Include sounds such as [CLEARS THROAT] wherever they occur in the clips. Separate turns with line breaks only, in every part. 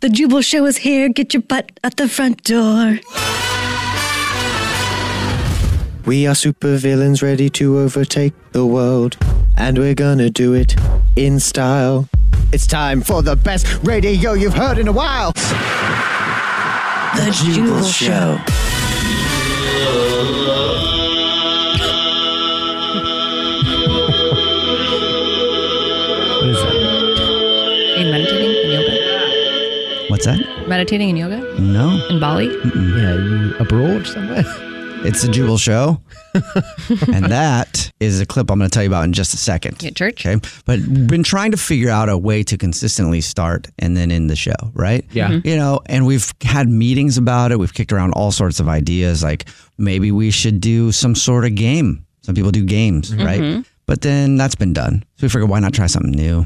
The Jubal Show is here. Get your butt at the front door.
We are supervillains ready to overtake the world, and we're gonna do it in style. It's time for the best radio you've heard in a while.
The Jubal Show.
What is that?
In meditating and yoga.
What's that?
Meditating and yoga
No.
in Bali.
Mm-mm. Yeah, you abroad somewhere?
[LAUGHS] It's the
[LAUGHS]
Jubal Show. and that is a clip I'm going to tell you about in just a second.
At church.
Okay. But been trying to figure out a way to consistently start and then end the show, right?
Yeah.
Mm-hmm.
Mhm.
You know, and we've had meetings about it. We've kicked around all sorts of ideas like maybe we should do some sort of game. Some people do games,
Mm-hmm.
right?
Mm-hmm.
But then that's been done. So we figured why not try something new?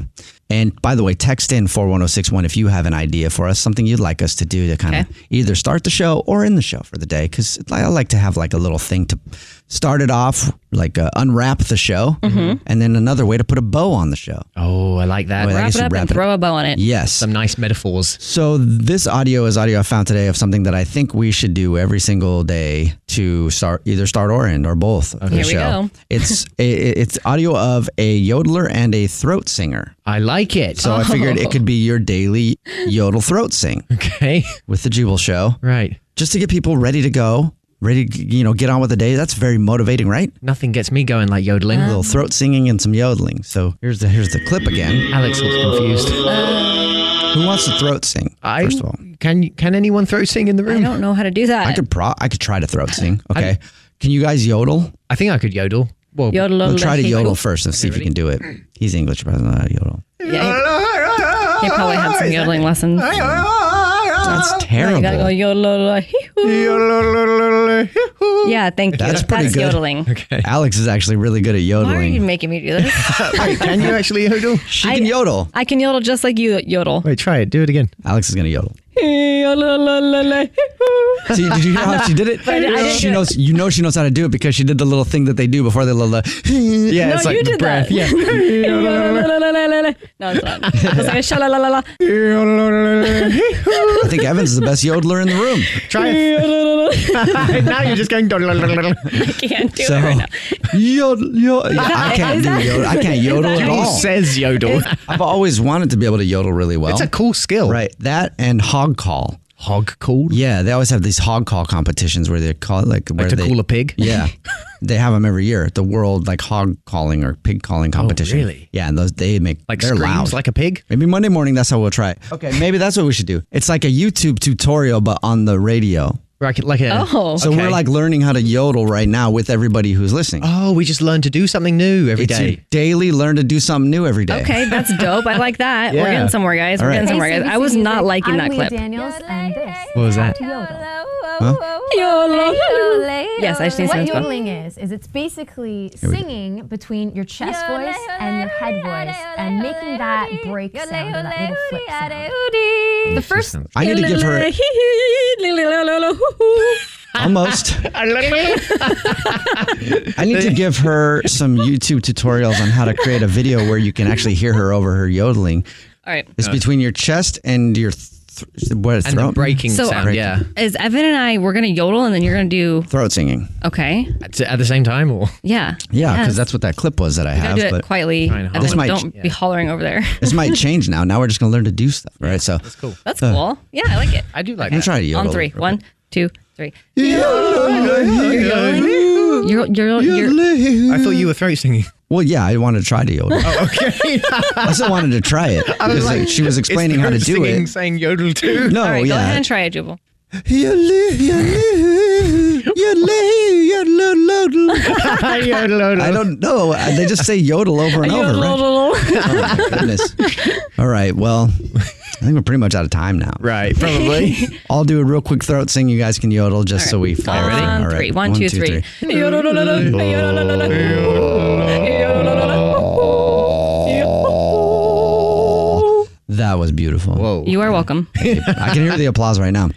And by the way, text in 41061 if you have an idea for us, something you'd like us to do to kind of either start the show or end the show for the day. Cause I like to have like a little thing to start it off, like uh, unwrap the show,
Mm-hmm.
and then another way to put a bow on the show.
Oh, I like that.
Well, I
Wrap
guess
it
you
up and throw a bow on it.
Yes.
Some nice metaphors.
So this audio is audio I found today of something that I think we should do every single day to start either start or end or both. of the
Here we
show.
go.
[LAUGHS] It's a, it's audio of a yodeler and a throat singer.
I like it.
So I figured it could be your daily yodel throat sing
[LAUGHS] okay.
with the Jubal Show,
Right.
just to get people ready to go, ready to you know get on with the day. That's very motivating, right?
Nothing gets me going like yodeling.
A little throat singing and some yodeling. So here's the here's the clip again.
Alex looks confused.
Who wants to throat sing?
I,
first of all,
Can can anyone throw sing in the
I
room?
don't know how to do that.
I could pro I could try to throat sing. Okay, can you guys yodel?
I think I could yodel. Well,
Yodel,
We'll try to
yodel. Mm.
yodel first and see if you can do it. He's English, but I don't know how to
[LAUGHS]
yodel.
Yeah, he, he probably had some yodeling lessons.
That's
You gotta go
terrible.
yodel. Yeah, thank you.
That's pretty
That's
good. [LAUGHS]
yodeling.
Alex is actually really good
Why are
at
you
[LAUGHS] yodeling.
making me do this?
can you actually yodel?
She can yodel.
[LAUGHS] I can yodel just like you yodel.
Wait, try it. Do it again.
Alex is gonna yodel.
That's
[LAUGHS] See, did you hear how she did it?
I didn't
she
do it.
knows. You know she knows how to do it because she did the little thing that they do before they
[LAUGHS]
little. uh, yeah,
No,
it's
you
like
did that.
breath. Yeah.
no, it's not. It's like a sha-la-la-la-la.
I think Evans is the best yodeler in the room.
Try
[LAUGHS]
[LAUGHS]
[LAUGHS]
it. now you're just going.
I can't do
so
it right now. [LAUGHS]
yodel, yodel. Yeah, I can't
Is
do
that-
yodel. I can't
is
yodel
that-
at all.
says yodel.
I've always wanted to be able to yodel really well.
It's a cool skill.
Right. That and hog call.
Hog call.
Yeah, they always have these hog call competitions where they call like where
to
they,
call a pig? [LAUGHS]
Yeah, they have them every year. The world like hog calling or pig calling competition.
Oh, really?
Yeah, and those they make
Like
they're
screams
loud.
like a pig.
maybe [LAUGHS] Monday morning. That's how we'll try it. Okay, maybe that's what we should do. It's like a YouTube tutorial, but on the radio.
Like, like a,
Oh.
So
Okay.
we're like learning how to yodel right now with everybody who's listening.
Oh, we just learn to do something new every
It's
day.
you daily learn to do something new every day.
Okay, that's dope. I like that. We're
Yeah.
getting somewhere, guys.
All
We're
right.
getting somewhere, guys. I was not liking
I'm
that
Leah
clip.
Daniels, and this.
What was that?
Yodel.
Yes, I just need
What
SpongeBob.
yodeling is, is it's basically singing between your chest voice and your head voice and making that break sound, or that little flip sound. The first.
I need to give her- Almost. I need to
[LAUGHS]
give her some YouTube tutorials on how to create a video where you can actually hear her over her yodeling.
All right.
It's between your chest and your th- what is
And the
throat
breaking So- sound, yeah.
Is Evan and I, we're going to yodel and then you're going to do.
Throat singing.
Okay.
At, at the same time, or
Yeah.
Yeah, because
Yes.
that's what that clip was that I
You gotta
have.
do it
but
quietly. Evan,
This might
don't be hollering over there. [LAUGHS]
this might change now. Now we're just gonna learn to do stuff, right? So uh, that's cool.
That's cool. Yeah, I like it.
I do like
I'm that. trying to yodel
On three.
real
One, two, three.
You're,
you're,
I thought you were throat singing.
Well, yeah, I wanted to try to
[LAUGHS]
yodel.
Oh, okay.
I still wanted to try it.
I was
because, like,
like,
she was
it's
explaining how to
throat
do
singing
it.
Saying yodel too.
No,
All right, go ahead
yeah.
and try it,
[LAUGHS]
Jubal.
[LAUGHS]
I don't know. They just say yodel
[LAUGHS]
over and over, right? Oh, my goodness. All right. Well, I think we're pretty much out of time now.
Right.
probably.
I'll do a real quick throat sing. You guys can yodel just so we fire it.
On three. One, two, three.
[LAUGHS]
That was beautiful. Whoa.
You are welcome.
I can hear the applause right now.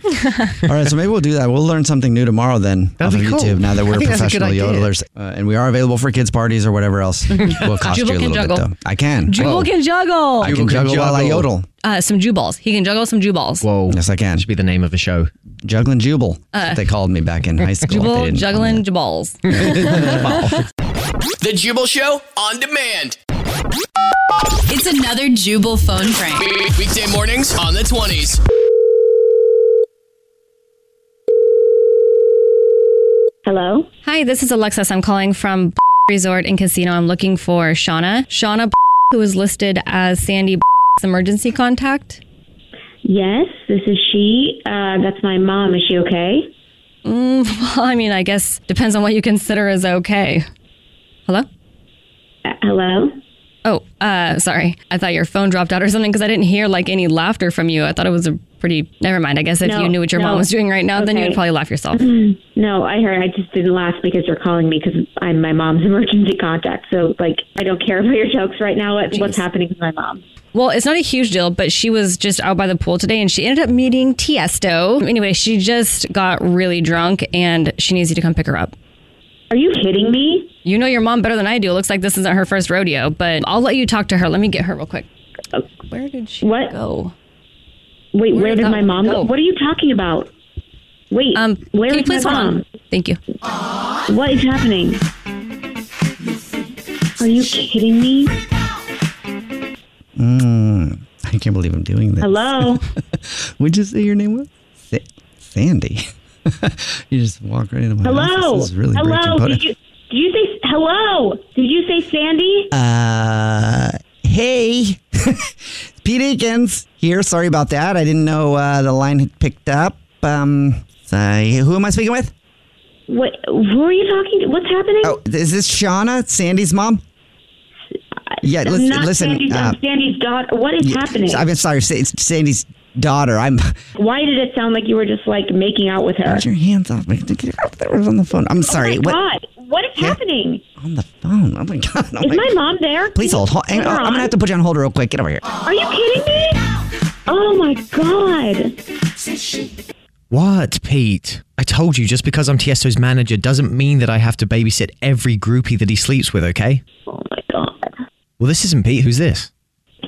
All right, so maybe we'll do that. We'll learn something new tomorrow then off
That'd
of
be cool.
YouTube. Now that
[LAUGHS] I
we're
think that's a good
professional
idea.
yodelers, uh, and we are available for kids' parties or whatever
[LAUGHS]
else, we'll cost
Jubal
you a
can
little
juggle.
bit though. I can. Oh.
Jubal can juggle.
I can juggle while I yodel.
Uh, some Jew balls. He can juggle some Jew balls.
Whoa.
Yes, I can.
Should be the name of a show.
Juggling Jubal.
Uh,
That's what they called me back in high school. They
Jubal
didn't call
juggling
[LAUGHS]
Jubals.
The Jubal Show on demand.
It's another Jubal phone prank.
Weekday mornings on the 20s.
Hello.
Hi, this is Alexis. I'm calling from Resort and Casino. I'm looking for Shauna. Shauna, who is listed as Sandy emergency contact.
Yes, this is she. Uh, that's my mom. Is she okay?
Mm, [LAUGHS] well, I mean, I guess depends on what you consider as okay. Hello?
Uh, hello?
Oh, uh, sorry. I thought your phone dropped out or something because I didn't hear like any laughter from you. I thought it was a pretty. Never mind. I guess if
No,
you knew what your
no.
mom was doing right now, then you
Okay.
would probably laugh
[LAUGHS]
yourself.
Mm, no, I heard. I just didn't laugh because you're calling me because I'm my mom's [LAUGHS] emergency contact. So, like, I don't care about your jokes right now. What, what's happening with my mom?
Well, it's not a huge deal, but she was just out by the pool today and she ended up meeting Tiesto. Anyway, she just got really drunk and she needs you to come pick her up.
Are you kidding me?
You know your mom better than I do. It looks like this isn't her first rodeo, but I'll let you talk to her. Let me get her real quick. Where did she
what?
go?
Wait, where, did
that
my mom
go?
go? What are you talking about? Wait, um, where
Can you
is my
please hold
mom?
on? Thank you.
What is happening? Are you kidding me?
it. Mm, I can't believe I'm doing this. [LAUGHS]
Hello.
Would you say your name was Sa- Sandy? [LAUGHS] you just walk right into my
Hello.
office. This is really breaking
hello.
protocol.
Did you, did you say hello? Did you say Sandy?
Uh, hey, [LAUGHS] Pete Akins here. Sorry about that. I didn't know uh, the line had picked up. Um, so who am I speaking with?
What? Who are you talking to? What's happening?
Oh, is this Shauna, Sandy's mom? Yeah,
I'm
listen.
not
listen
Sandy's,
uh,
I'm Sandy's daughter. What is
yeah,
happening?
I'm sorry, Sa- it's Sandy's daughter. I'm.
Why did it sound like you were just like making out with her?
Get your hands off me! Get that was on the phone. I'm sorry.
Oh my
what
God, what is happening?
on the phone? Oh my [LAUGHS] god! Oh
Is my mom there?
Please hold. hold hang
Put
on.
her
I'm gonna
on.
have to put you on hold real quick. Get over here.
Are you kidding me? Oh my God.
What, Pete? I told you just because I'm Tiesto's manager doesn't mean that I have to babysit every groupie that he sleeps with, okay?
Oh my god.
Well, this isn't Pete. Who's this?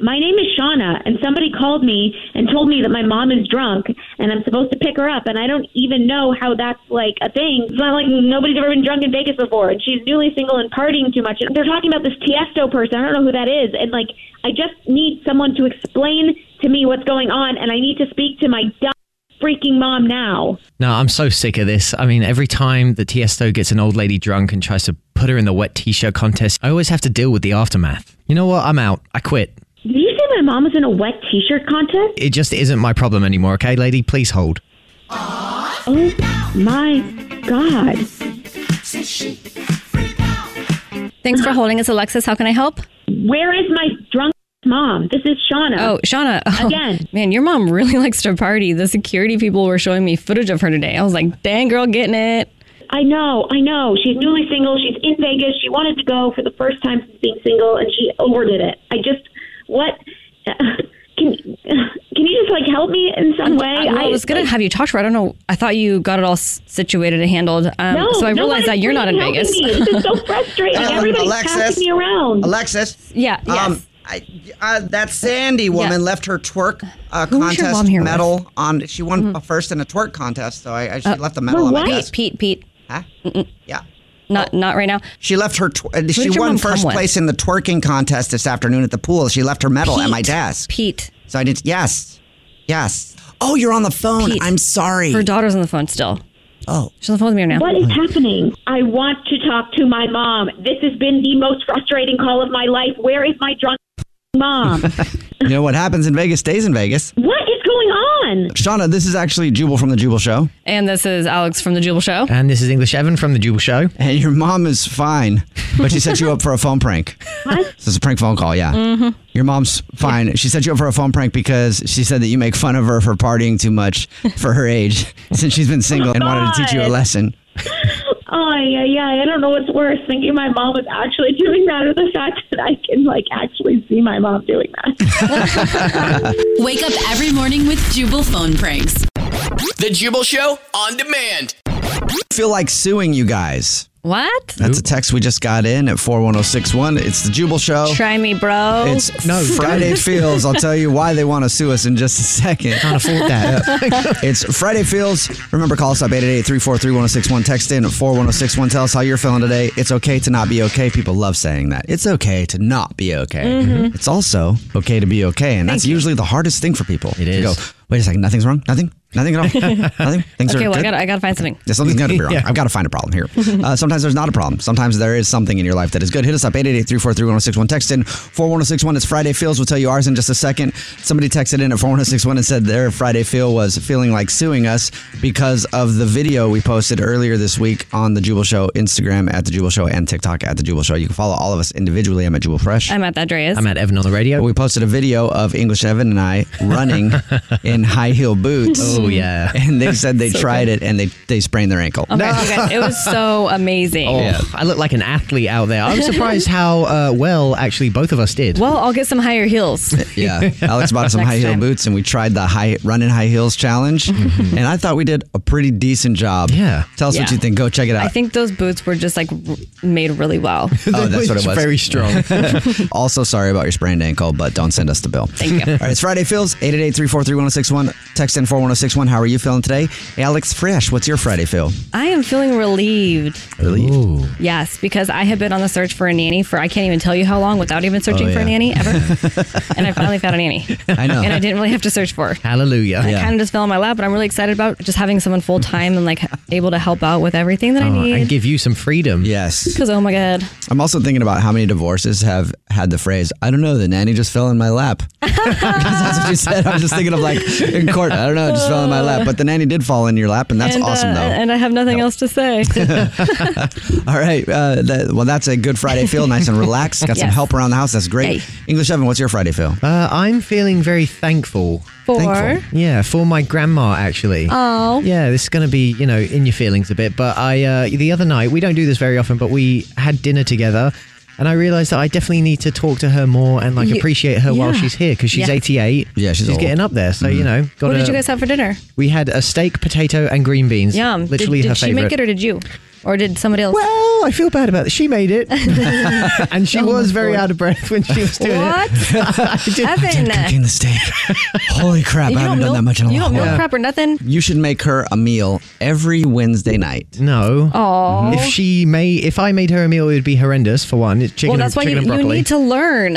My name is Shauna, and somebody called me and told me that my mom is drunk and I'm supposed to pick her up, and I don't even know how that's like a thing. It's not like nobody's ever been drunk in Vegas before, and she's newly single and partying too much. And they're talking about this Tiesto person. I don't know who that is, and like I just need someone to explain to me what's going on, and I need to speak to my dumb freaking mom now.
No, I'm so sick of this. I mean, every time that Tiesto gets an old lady drunk and tries to put her in the wet t shirt contest, I always have to deal with the aftermath. You know what? I'm out. I quit.
Did you say my mom was in a wet T-shirt contest?
It just isn't my problem anymore, okay, lady? Please hold.
Oh My God.
Thanks for holding us, Alexis. How can I help?
Where is my drunk mom? This is Shauna.
Oh, Shauna. Oh, Again. Man, your mom really [LAUGHS] likes to party. The security people were showing me footage of her today. I was like, dang, girl, getting it.
I know, I know. She's newly single. She's in Vegas. She wanted to go for the first time since being single, and she overdid it. I just, what? [LAUGHS] Can can you just like help me in some way?
I, well, I was going to have you talk to her. I don't know. I thought you got it all s- situated and handled. Um,
No,
so I
no
realized
one
that
is
you're not in
freaking
Vegas.
helping me. This
[LAUGHS]
is so frustrating.
Um,
Everybody's passing me around.
Alexis.
Yeah.
Um, I, uh, that Sandy woman left her twerk uh,
Who was your
contest
mom here with? Mm-hmm.
medal on. She won a first in a twerk contest, so I, I she
Uh,
left the medal
Oh,
on my desk.
Pete, Pete.
Huh? Yeah. Oh.
Not not right now.
She left her. Tw- uh,
did
she
your
won
mom come
first
with?
place in the twerking contest this afternoon at the pool. She left her medal at my
Pete.
desk.
Pete.
So I did. Yes. Yes. Oh, you're on the phone.
Pete.
I'm sorry.
Her daughter's on the phone still.
Oh.
She's on the phone with me right now.
What is happening? I want to talk to my mom. This has been the most frustrating call of my life. Where is my drunk mom?
you know what happens in Vegas stays in Vegas.
what is going on?
Shauna, this is actually Jubal from the Jubal Show.
And this is Alex from The Jubal Show.
And this is English Evan from The Jubal Show. And your mom is fine, but she set you up for a phone prank.
What?
This is a prank phone call, yeah.
Mhm.
Your mom's fine. She set you up for a phone prank because she said that you make fun of her for partying too much for her age [LAUGHS] since she's been single and wanted to teach you a
God.
lesson.
Oh yeah, yeah. I don't know what's worse, thinking my mom was actually doing that, or the fact that I can like actually see my mom doing that.
[LAUGHS]
Wake up every morning with Jubal phone pranks.
The Jubal Show on demand.
feel like suing you guys.
What?
That's a text we just got in at 41061. It's the Jubal Show.
Try me, bro. [LAUGHS]
It's Friday Feels. I'll tell you why they want to sue us in just a second. Can't
afford that.
[LAUGHS] it's Friday Feels. Remember, call us up 888-343-1061. Text in at 41061. Tell us how you're feeling today. It's okay to not be okay. People love saying that. It's okay to not be okay.
Mm-hmm.
Mhm.
It's also okay to be okay. And that's usually the hardest thing for people. It is. To go, wait a second, nothing's wrong? Nothing? Nothing at [LAUGHS] all? Nothing? Things
okay,
are
well, I
good?
gotta, I gotta find something.
Yeah, something's got to be wrong.
Yeah.
I've got to find a problem here. Uh, sometimes there's not a problem. Sometimes there is something in your life that is good. Hit us up 888-343-1061. Text in 41061. It's Friday Feels. We'll tell you ours in just a second. Somebody texted in at 41061 and said their Friday Feel was feeling like suing us because of the video we posted earlier this week on the Jubal Show, Instagram at the Jubal Show, and TikTok at the Jubal Show. You can follow all of us individually. I'm at Jubal
[LAUGHS]
Fresh.
I'm at that Dreas.
Evan on the radio. We posted a video of English Evan and I running in high heel boots.
Oh, yeah.
And they said they
So
tried
good.
it and they, they sprained their ankle.
Okay, you
[LAUGHS]
guys, Oh it was so amazing.
Oh, I look like an athlete out there. I'm surprised how uh, well actually both of us did.
Well, I'll get some higher
[LAUGHS]
heels.
Yeah, [LAUGHS] Alex bought us some
Next
high heel
time.
boots, and we tried the high running high heels challenge, and I thought we did a pretty decent job. Yeah, tell us what
Yeah.
you think. Go check it out.
I think those boots were just like r- made really well.
Oh,
[LAUGHS]
that's what it was.
Very strong.
[LAUGHS] also, sorry about your sprained ankle, but don't send us the bill.
Thank you.
[LAUGHS] All right, it's Friday Feels, 888-343-1061. Text in 41061. How are you feeling today? Alex Fresh, what's your Friday feel?
I am feeling relieved.
Relieved.
Yes, because I have been on the search for a nanny for I can't even tell you how long without even searching
Oh,
for a
yeah.
nanny
[LAUGHS]
ever. and I finally found a nanny.
I know.
And I didn't really have to search for. her.
Hallelujah.
I kind of just fell on my lap, but I'm really excited about just having someone full time and like able to help out with everything that I
Oh,
need.
give you some freedom. Yes.
Because oh my god,
I'm also thinking about how many divorces have had the phrase, I don't know, the nanny just fell in my lap. [LAUGHS] Because that's what you said. I was just thinking of like in court, I don't know, it just fell in my lap. But the nanny did fall in your lap, and that's
And, uh,
awesome, though.
And I have nothing else to
[LAUGHS]
say.
All right. Uh, that, well, that's a good Friday feel, nice and relaxed. Got some
Yes.
help around the house. That's great. English Evan, what's your Friday feel?
Uh, I'm feeling very thankful.
For?
Thankful.
Yeah, for my grandma actually.
Oh.
Yeah, this is going to be, you know, in your feelings a bit, but I uh the other night, we don't do this very often, but we had dinner together and I realized that I definitely need to talk to her more and like
You-
appreciate her while
yeah.
she's here cuz she's
Yeah.
88. Yeah,
she's old. Mm-hmm.
getting up there, so you know,
[LAUGHS]
got
what did
to-
you guys have for dinner?
We had a steak, potato and green beans.
Yum. Did-
Literally
did
her
she
favorite.
make it or did you? Or did somebody else?
Well, I feel bad about it. She made
[LAUGHS]
it. and she was very out of breath when [LAUGHS] she was doing
Oh What?
it. I did-
Evan.
Cooking the steak. Holy crap.
You
I haven't
don't
done that
milk-
much in a
You
long
don't milk
while.
prep or nothing?
You should make her a meal every Wednesday night.
No.
Oh.
If she made, if I made her a meal, it would be horrendous for one. It's chicken,
well,
and-
that's why
chicken
you, you
and broccoli. Mm.
need to learn.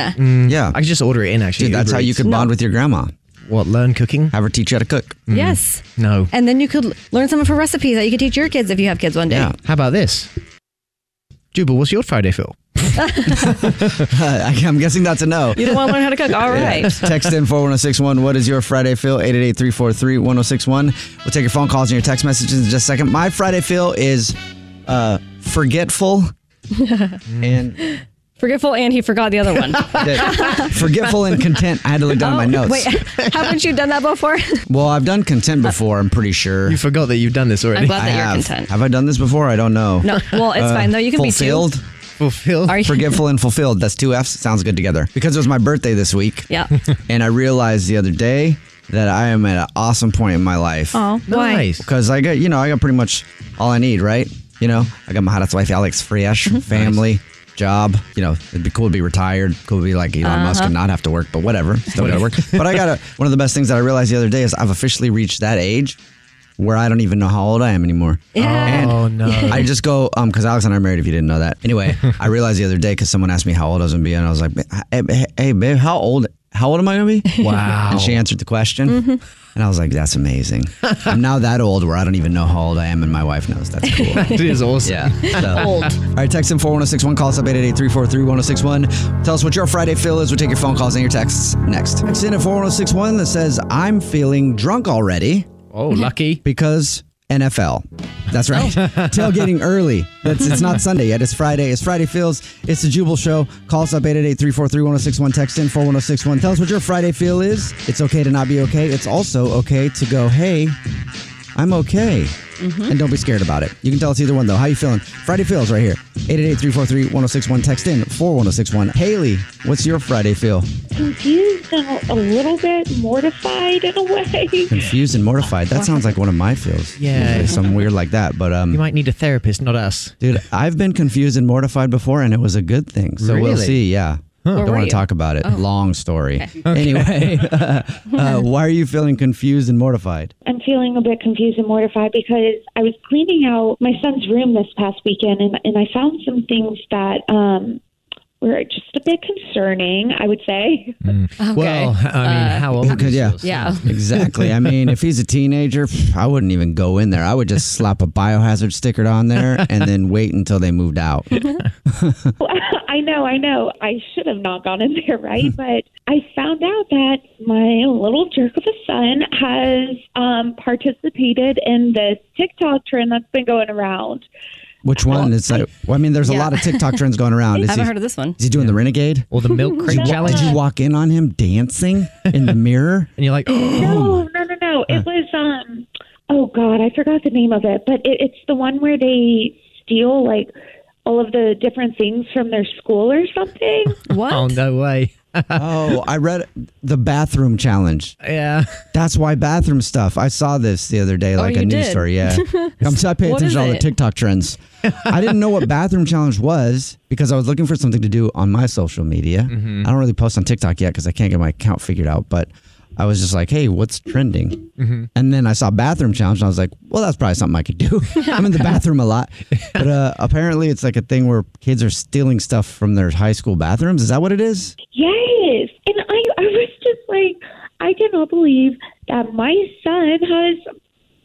yeah,
I could just order it in. Actually,
Dude, that's
Uber
how you
Eats.
could bond
No.
with your grandma.
What, learn cooking? Mm.
Have her teach you how to cook.
Yes.
No.
And then you could l- learn some of her recipes that you could teach your kids if you have kids one day.
[LAUGHS]
How about this, Jubal? What's your Friday feel?
I'm guessing that's a no.
You don't want to learn how to cook. All right.
Text in 41061. What is your Friday feel? 888 343 1061. We'll take your phone calls and your text messages in just a second. My Friday feel is uh,
[LAUGHS]
forgetful and
Forgetful and he forgot the other
[LAUGHS]
[LAUGHS]
one.
forgetful and content. I had to look down at my
Oh,
notes.
[LAUGHS] Wait, haven't you done that
[LAUGHS]
before?
Well, I've done content before, I'm pretty sure. You
forgot that you've done this already.
I'm glad that
I
you're
have.
content.
Have I done this before? I don't know. Uh,
No. Well, it's fine, though. You can be two.
fulfilled.
Fulfilled.
Are you-
Forgetful and fulfilled. That's two F's. Sounds good together. Because it was my birthday this week.
Yeah.
[LAUGHS] and I realized the other day that I am at an awesome point in my life.
Oh, why? Nice.
Because I got, you know, I got pretty much all I need, right? You know, I got my hottest wife, Alex Fresh,
Mm-hmm.
family, job. You know, it'd be cool to be retired, cool to be like Elon Musk
Uh-huh.
and not have to work, but
[LAUGHS]
whatever. Still gotta work.
Whatever.
But I got a, one of the best things that I realized the other day is I've officially reached that age where I don't even know how old I am anymore.
Yeah.
And
Oh, no.
I just go um because Alex and I are married. If you didn't know that,
[LAUGHS]
anyway, I realized the other day because someone asked me how old I was gonna be, and I was like, "Hey, hey, hey, babe, how old? How old am I gonna be?"
[LAUGHS] Wow.
And she answered the question,
Mhm.
and I was like,
[LAUGHS]
"That's amazing. I'm now that old where I don't even know how old I am, and my wife knows. That's
[LAUGHS]
cool.
It is awesome.
Yeah. so-
Old.
All right, text in four one zero six one. Call us up 888-343-1061. Tell us what your Friday feel is. We'll take your phone calls and your texts next. Text in at four one zero six one that says, "I'm feeling drunk already."
Oh, lucky.
[LAUGHS] Because NFL.
[LAUGHS]
That's right.
Oh.
[LAUGHS] Tailgating early. That's it's not Sunday yet. It's Friday. It's Friday feels. It's the Jubal Show. Call us up 888-343-1061. Text in 41061. Tell us what your Friday feel is. It's okay to not be okay. It's also okay to go, hey, I'm okay. And don't be scared about it. You can tell us either one though. How you feeling? Friday feels right here. 888-343-1061. Text in 41061. Haley, what's your Friday feel?
confused and a little bit mortified in a way.
Confused and mortified. That sounds like one of my feels.
Yeah.
Usually Something weird like that. But um
You might need a therapist, not us.
Dude, I've been confused and mortified before, and it was a good thing. So we'll
Really?
see. Yeah.
Huh. Where
Don't
were
want
you?
to talk about it.
Oh.
Long story.
Okay.
Okay.
Anyway, [LAUGHS]
[LAUGHS]
uh, why are you feeling confused and mortified?
I'm feeling a bit confused and mortified because I was cleaning out my son's room this past weekend and, and I found some things that um, were just a bit concerning, I would say.
Mm. Well, I mean,
[LAUGHS]
Uh,
how old is
yeah.
Yeah.
[LAUGHS] Exactly. I mean, if he's a teenager, pff, I wouldn't even go in there. I would just slap a biohazard sticker on there and then wait until they moved out.
I know, I know. I should have not gone in there,
Hmm.
right? but I found out that my little jerk of a son has um, participated in this TikTok trend that's been going around.
Which one? It's like, well, I mean, there's a
Yeah.
lot of TikTok trends going
I
around. Is
haven't
he-
heard of
this one.
Is he doing the renegade
or the milk
crate challenge? Did you walk in on him dancing in the mirror?
and you're
[GASPS]
[GASPS]
like, [GASPS]
No, no, no, no. It was um. Oh God, I forgot the name of it, but it, it's the one where they steal like all of the different things from their school or something.
[LAUGHS] What?
Oh, no way. [LAUGHS]
oh, I read the bathroom challenge.
Yeah.
That's why bathroom stuff. I saw this the other day,
Oh,
like
you
a news
did?
story.
[LAUGHS]
Yeah. I'm so I pay
What
attention
is
to all the
it?
TikTok trends. I didn't know what bathroom challenge was because I was looking for something to do on my social media.
Mhm.
I don't really post on TikTok yet because I can't get my account figured out, but I was just like, hey, what's trending?
Mhm.
And then I saw bathroom challenge and I was like, well, that's probably something I could do. [LAUGHS] I'm in the bathroom a lot. But uh, apparently it's like a thing where kids are stealing stuff from their high school bathrooms. Is that what it is?
Yes, and I I was just like, I cannot believe that my son has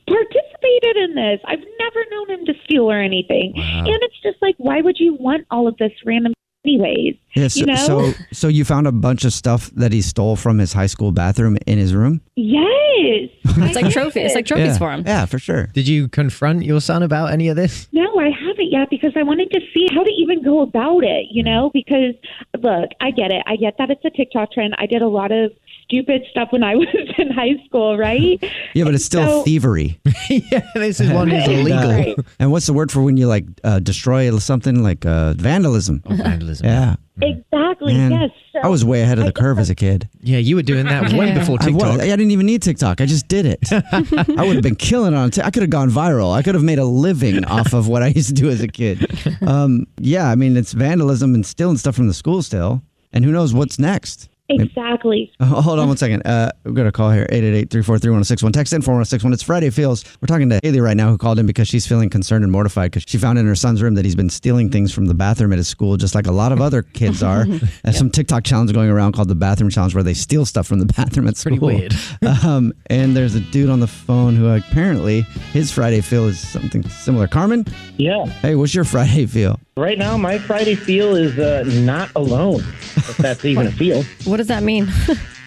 participated in this. I've never known him to steal or anything, and it's just like, why would you want all of this random? Anyways,
Yeah, so,
you know.
so so you found a bunch of stuff that he stole from his high school bathroom in his room?
[LAUGHS] Yes.
It's like trophy. It's like trophies
Yeah.
for him.
Yeah, for sure.
Did you confront your son about any of this?
No, I haven't yet because I wanted to see how to even go about it, you know? Because, look, I get it. I get that it's a TikTok trend. I did a lot of stupid stuff when I [LAUGHS] was in high school, right?
[LAUGHS] Yeah, but it's still
So-
thievery.
yeah, [LAUGHS] this is
[LAUGHS]
one is
And, uh,
illegal.
and what's the word for when you like uh, destroy something like uh, vandalism? Oh,
vandalism.
Yeah.
[LAUGHS] Exactly,
Man,
yes. So
I was way ahead of the curve as a kid.
Yeah, you were doing that way before
I, was.
TikTok.
I didn't even need TikTok. I just did it.
[LAUGHS]
I would have been killing it on. T- I could have gone viral. I could have made
[LAUGHS]
a living off of what I used to do as a kid. Um, yeah, I mean it's vandalism and stealing stuff from the school still. And who knows what's next?
Exactly.
Oh, [LAUGHS] Hold on one second. Uh, we've got a call here 888 343 1061. Text in 4161. It's Friday Feels. We're talking to Haley right now, who called in because she's feeling concerned and mortified because she found in her son's room that he's been stealing things from the bathroom at his school, just like a lot of
[LAUGHS]
other kids are. There's some TikTok challenge going around called the Bathroom Challenge where they steal stuff from the [LAUGHS] bathroom at school.
weird.
[LAUGHS] um, and there's a dude on the phone who apparently his Friday Feel is something similar. Carmen?
Yeah.
Hey, what's your Friday Feel?
Right now, my Friday feel is uh, not alone, if
[LAUGHS]
that's even a feel.
What does that mean?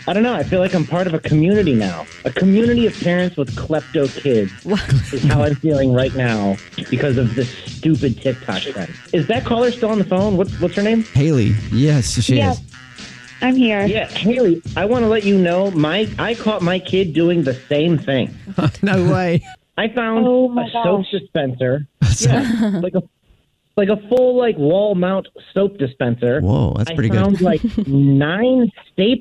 I don't know. I feel like I'm part of a community now. A community of parents with klepto
[LAUGHS]
kids is how I'm feeling right now because of this stupid TikTok trend. Is that caller still on the phone? What's, what's her name?
Haley. Yes, she
Yeah.
is.
I'm here. Yeah, Haley, I want to let you know my I caught my kid doing the same
[LAUGHS]
thing.
no way.
I found
my
a soap
gosh.
dispenser.
[LAUGHS]
Yeah, like a like a full like wall mount soap dispenser.
Whoa, that's pretty
I
good.
found
[LAUGHS]
like nine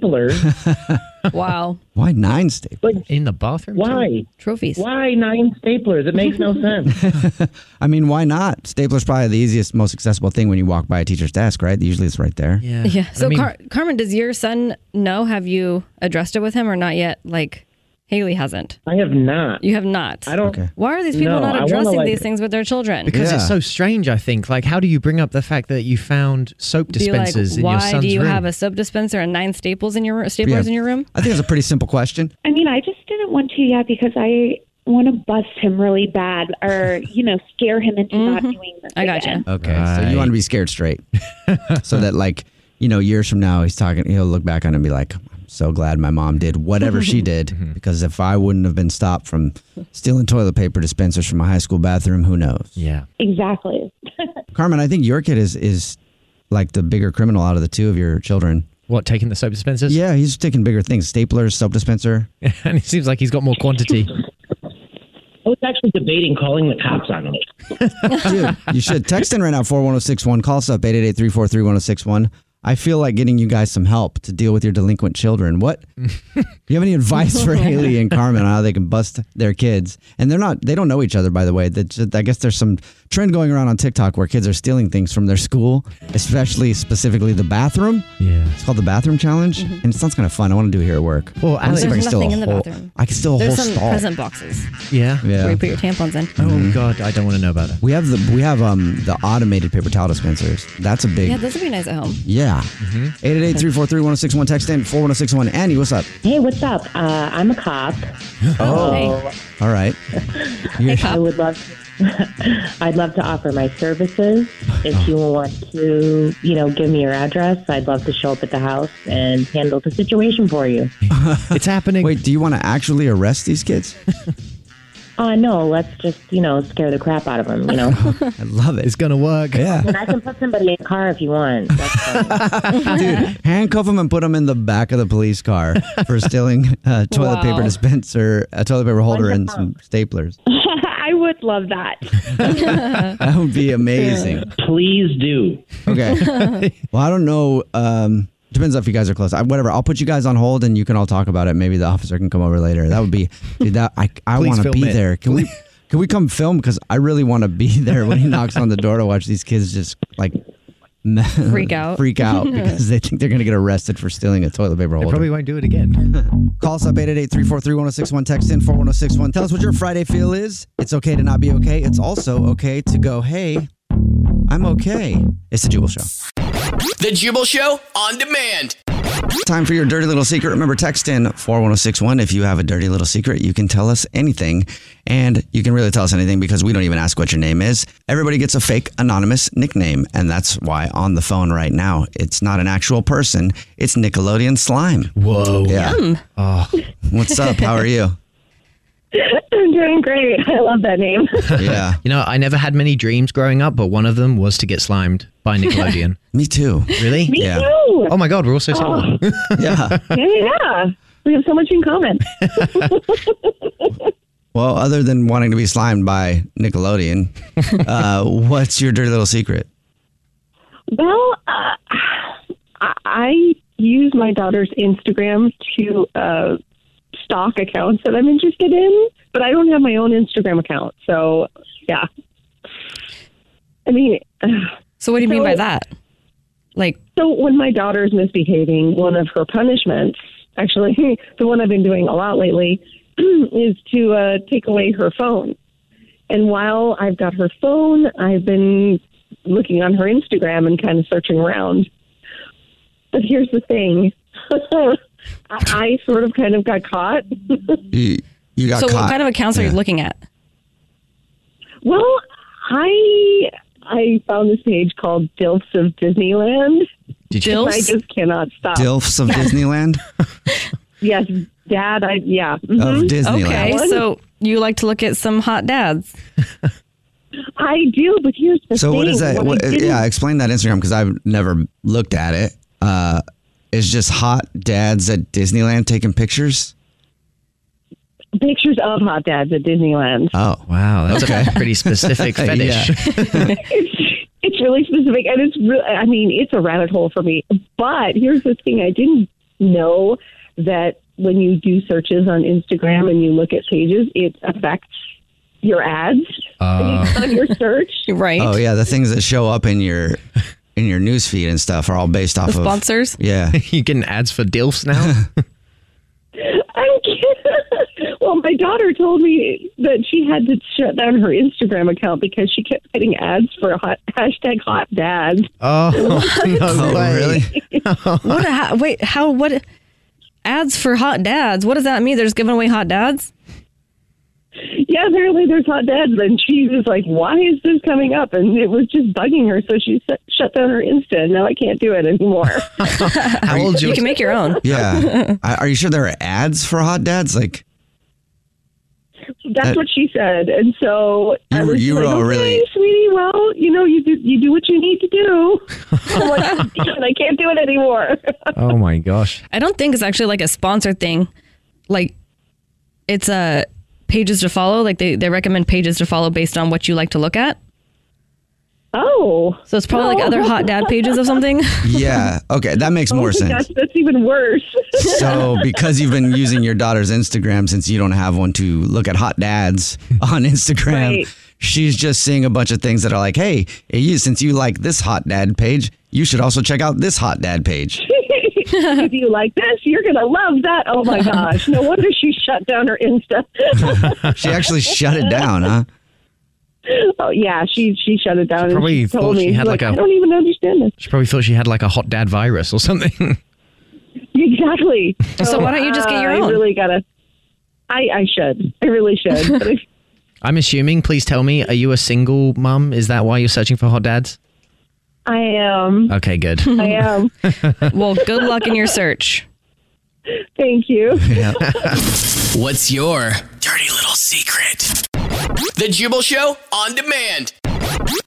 staplers.
wow.
Why nine staples?
In the bathroom?
Why?
Trophies.
Why nine staplers? It makes
[LAUGHS]
no sense.
I mean, why not? Stapler's probably the easiest, most accessible thing when you walk by a teacher's desk, right? Usually it's right there.
Yeah.
Yeah. So, Car- Carmen, does your son know? Have you addressed it with him or not yet? Like, Haley hasn't.
I have not.
You have not.
I don't- Okay.
Why are these people
No, I
not
wanna,
addressing
like-
these things with their children?
Because it's so strange, I think. Like, how do you bring up the fact that you found soap
Be like,
dispensers in
why
your son's
do you
room?
have a soap dispenser and nine staples in your room, staplers
Yeah.
in your room?
I think it's a pretty simple
[LAUGHS]
question.
I mean, I just didn't want to, yeah, because I want to bust him really bad or, you know, scare him into not doing this. Mm-hmm. I gotcha.
Okay. So Uh, you want to be scared [LAUGHS] straight. so that like, you know, years from now he's talking he'll look back on it and be like, I'm so glad my mom did
[LAUGHS]
whatever she did. Because if I wouldn't have been stopped from stealing toilet paper dispensers from my high school bathroom, who knows?
Yeah.
Exactly. [LAUGHS]
Carmen, I think your kid is is like the bigger criminal out of the two of your children.
What, taking the soap dispensers?
Yeah, he's taking bigger things. Staplers, soap dispenser.
[LAUGHS] and it [LAUGHS] seems like he's got more quantity.
I was actually debating calling the cops on him.
you should text in right now 41061 call us up 888-343-1061 i feel like getting you guys some help to deal with your delinquent children what do you have any advice for haley and carmen on how they can bust their kids and they're not they don't know each other by the way That ju- i guess there's some trend going around on tiktok where kids are stealing things from their school especially specifically the bathroom
yeah
it's called the bathroom challenge
Mm-hmm.
and it sounds kind of fun i want to do it here at work
well
I wanna see if I
There's
can steal
nothing
a
in the
whole-
bathroom.
i can steal a
There's
whole
some
stall
present boxes
Yeah.
where you put your tampons in.
Oh God, I don't want to know about that.
Mm-hmm. We have the we have um the automated paper towel dispensers. That's a big
Yeah, those would be nice at home.
yeah.
Mm-hmm.
888-343-1061 text in 41061 Annie, what's up?
Hey, what's up? Uh, I'm a cop.
Oh.
[LAUGHS]
All right.
I would love. I'd love to [LAUGHS] offer my services. If you want to, you know, give me your address, I'd love to show up at the house and handle the situation for you.
it's happening.
Wait, do you want to actually arrest these kids?
Uh, no, let's just, you know, scare the crap out of them. You
[LAUGHS]
know,
I love it.
It's gonna work.
Yeah.
[LAUGHS]
and I can put somebody in a car if you want.
[LAUGHS] Dude, handcuff them and put them in the back of the
[LAUGHS]
police car for stealing a toilet
Wow.
paper dispenser, a toilet paper holder, and some staplers.
[LAUGHS] I would love
[LAUGHS]
that.
That would be amazing.
Please do.
Okay. well, I don't know. Um, depends if you guys are close. I, whatever. I'll put you guys on hold, and you can all talk about it. Maybe the officer can come over later. That would be. Dude, that I I
Please
want to
film
be
it.
there.
[LAUGHS]
Can we? Can we come film? Because I really want to be there when he knocks on the door to watch these kids just like [LAUGHS] freak
out. [LAUGHS]
freak out because they think [LAUGHS] they're going to get arrested for stealing a toilet paper holder.
Probably won't do it again.
[LAUGHS] Call us up 888-343-1061. Text in 41061. Tell us what your Friday feel is. It's okay to not be okay. It's also okay to go, hey, I'm okay. It's the Jubal Show.
The Jubal Show on demand.
Time for your dirty little secret. Remember, text in 41061. If you have a dirty little secret, you can tell us anything. And you can really tell us anything because we don't even ask what your name is. Everybody gets a fake anonymous nickname. And that's why on the phone right now, it's not an actual person, it's Nickelodeon Slime.
Whoa.
Yeah.
Yum.
Oh.
What's up? How
[LAUGHS]
are you?
I'm doing great. I love that name. [LAUGHS]
Yeah.
you know, I never had many dreams growing up, but one of them was to get slimed by Nickelodeon.
[LAUGHS] Me too.
Really?
Me too.
Oh my God, we're all so similar. [LAUGHS]
yeah.
yeah, yeah. We have so much in common.
Well, other than wanting to be slimed by
[LAUGHS]
Nickelodeon, uh, what's your dirty little secret?
Well, uh, I- I use my daughter's Instagram to uh, stock accounts that I'm interested in, but I don't have my own Instagram account. So, yeah. I mean, uh,
so what do you mean by that? Like,
so when my daughter's misbehaving, one of her punishments, actually, [LAUGHS] the one I've been doing a lot lately, [CLEARS THROAT] is to uh, take away her phone. And while I've got her phone, I've been looking on her Instagram and kind of searching around. But here's the thing [LAUGHS] I, I sort of kind of got caught. [LAUGHS]
You, you got
so
caught.
what kind of accounts are you looking at?
Well, I
I found this page called Dilfs of Disneyland.
Did you-
And I
Dilfs?
just cannot
Uh, [LAUGHS]
stop.
Dilfs
[LAUGHS]
of Disneyland.
Yes, Dad. I yeah. mhm.
Disneyland.
That
Okay,
one.
so you like to look at some hot dads.
I do, but here's the
so
thing.
what is that?
I
What, uh,
didn't-
yeah, explain that Instagram because I've never looked at it. Uh, it's just hot dads at Disneyland taking pictures.
Pictures of hot dads at Disneyland.
Oh
wow,
[LAUGHS]
that's
Okay.
a pretty specific
[LAUGHS] Yeah.
fetish.
It's really specific, and it's really, I mean, it's a rabbit hole for me. But here's the thing I didn't know that when you do searches on Instagram and you look at pages, it affects your ads
uh,
on your search.
Right.
Uh. Oh yeah, the things that show up in your in your newsfeed and stuff are all based off
The
of
sponsors?
[LAUGHS]
Yeah,
you getting ads for Dilfs
[LAUGHS]
now?
I'm kidding. [LAUGHS] Well, my daughter told me that she had to shut down her Instagram account because she kept getting ads for hot, hashtag hot dads.
Oh, [LAUGHS]
no way. really?
[LAUGHS]
What? A, ho- wait, how? What? Ads for hot dads? What does that mean? They're just giving away hot dads?
Yeah, apparently there's hot dads. And she was like, why is this coming up? And it was just bugging her. So she shut- shut down her Insta. And now I can't do it anymore.
[LAUGHS] How old
You can make your own. [LAUGHS]
Yeah. I- Are you sure there are ads for hot dads? Like
That's
That-
what she said. And so I
You were-
was
you
like,
were
okay,
really-
sweetie, well, you know, you do, you do what you need to do. I'm like, [LAUGHS] "Damn, I can't do it anymore. [LAUGHS]
oh my gosh.
I don't think it's actually like a sponsor thing. Like, it's uh, pages to follow. Like they they recommend pages to follow based on what you like to look at.
Oh,
so it's probably like
No.
other hot dad pages of
[LAUGHS]
something.
yeah. Okay, that makes
Oh
more sense.
That's, that's even worse. [LAUGHS]
So because you've been using your daughter's Instagram since you don't have one to look at hot dads on Instagram,
Right.
she's just seeing a bunch of things that are like, hey, you since you like this hot dad page, you should also check out this hot dad page.
[LAUGHS] if you like this, you're going to love that. Oh
[LAUGHS]
my gosh. No wonder she shut down her Insta.
she actually shut it down, huh?
oh, yeah. She she shut it down. and
probably
she
thought
told
she
me,
had
like,
like a-
I don't even understand this. [LAUGHS]
She probably thought she had like a hot dad virus or something.
Exactly.
So why don't you just get your
uh,
own?
I really gotta. I I should. I
[LAUGHS]
really should. But I-
I'm assuming, please tell me, are you a single mum? Is that why you're searching for hot dads?
I
[LAUGHS]
am.
Okay,
[LAUGHS]
good.
I am.
well, good luck in your search.
Thank you.
[LAUGHS]
What's your dirty little secret? The Jubal Show on demand.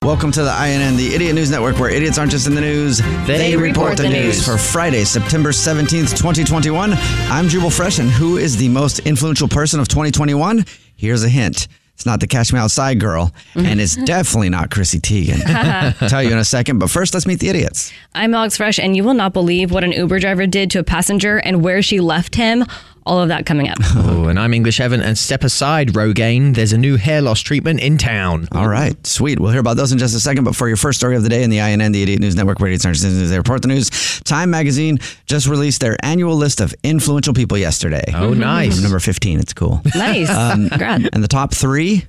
Welcome to the INN, the Idiot News Network, where idiots aren't just in the news, they, report, the, news. For Friday, September 17th, 2021, I'm Jubal Fresh, and who is the most influential person of 2021? Here's a hint. It's not the Catch Me Outside girl, and [LAUGHS] it's definitely not Chrissy [LAUGHS] Teigen. Tell you in a second, but first, let's meet the idiots.
I'm Alex Fresh, and you will not believe what an Uber driver did to a passenger and where she left him. All of that coming
[LAUGHS]
up.
Oh, and I'm English Evan, and step aside, Rogaine. There's a new hair loss treatment in town.
All right, sweet. We'll hear about those in just a second. But for your first story of the day in the INN, the Idiot News Network, where idiots aren't just in the news, they report the news. Time Magazine just released their annual list of influential people yesterday. Mm-hmm.
Oh, nice.
Number 15. It's cool. Um,
Nice. Congrats.
And the top 3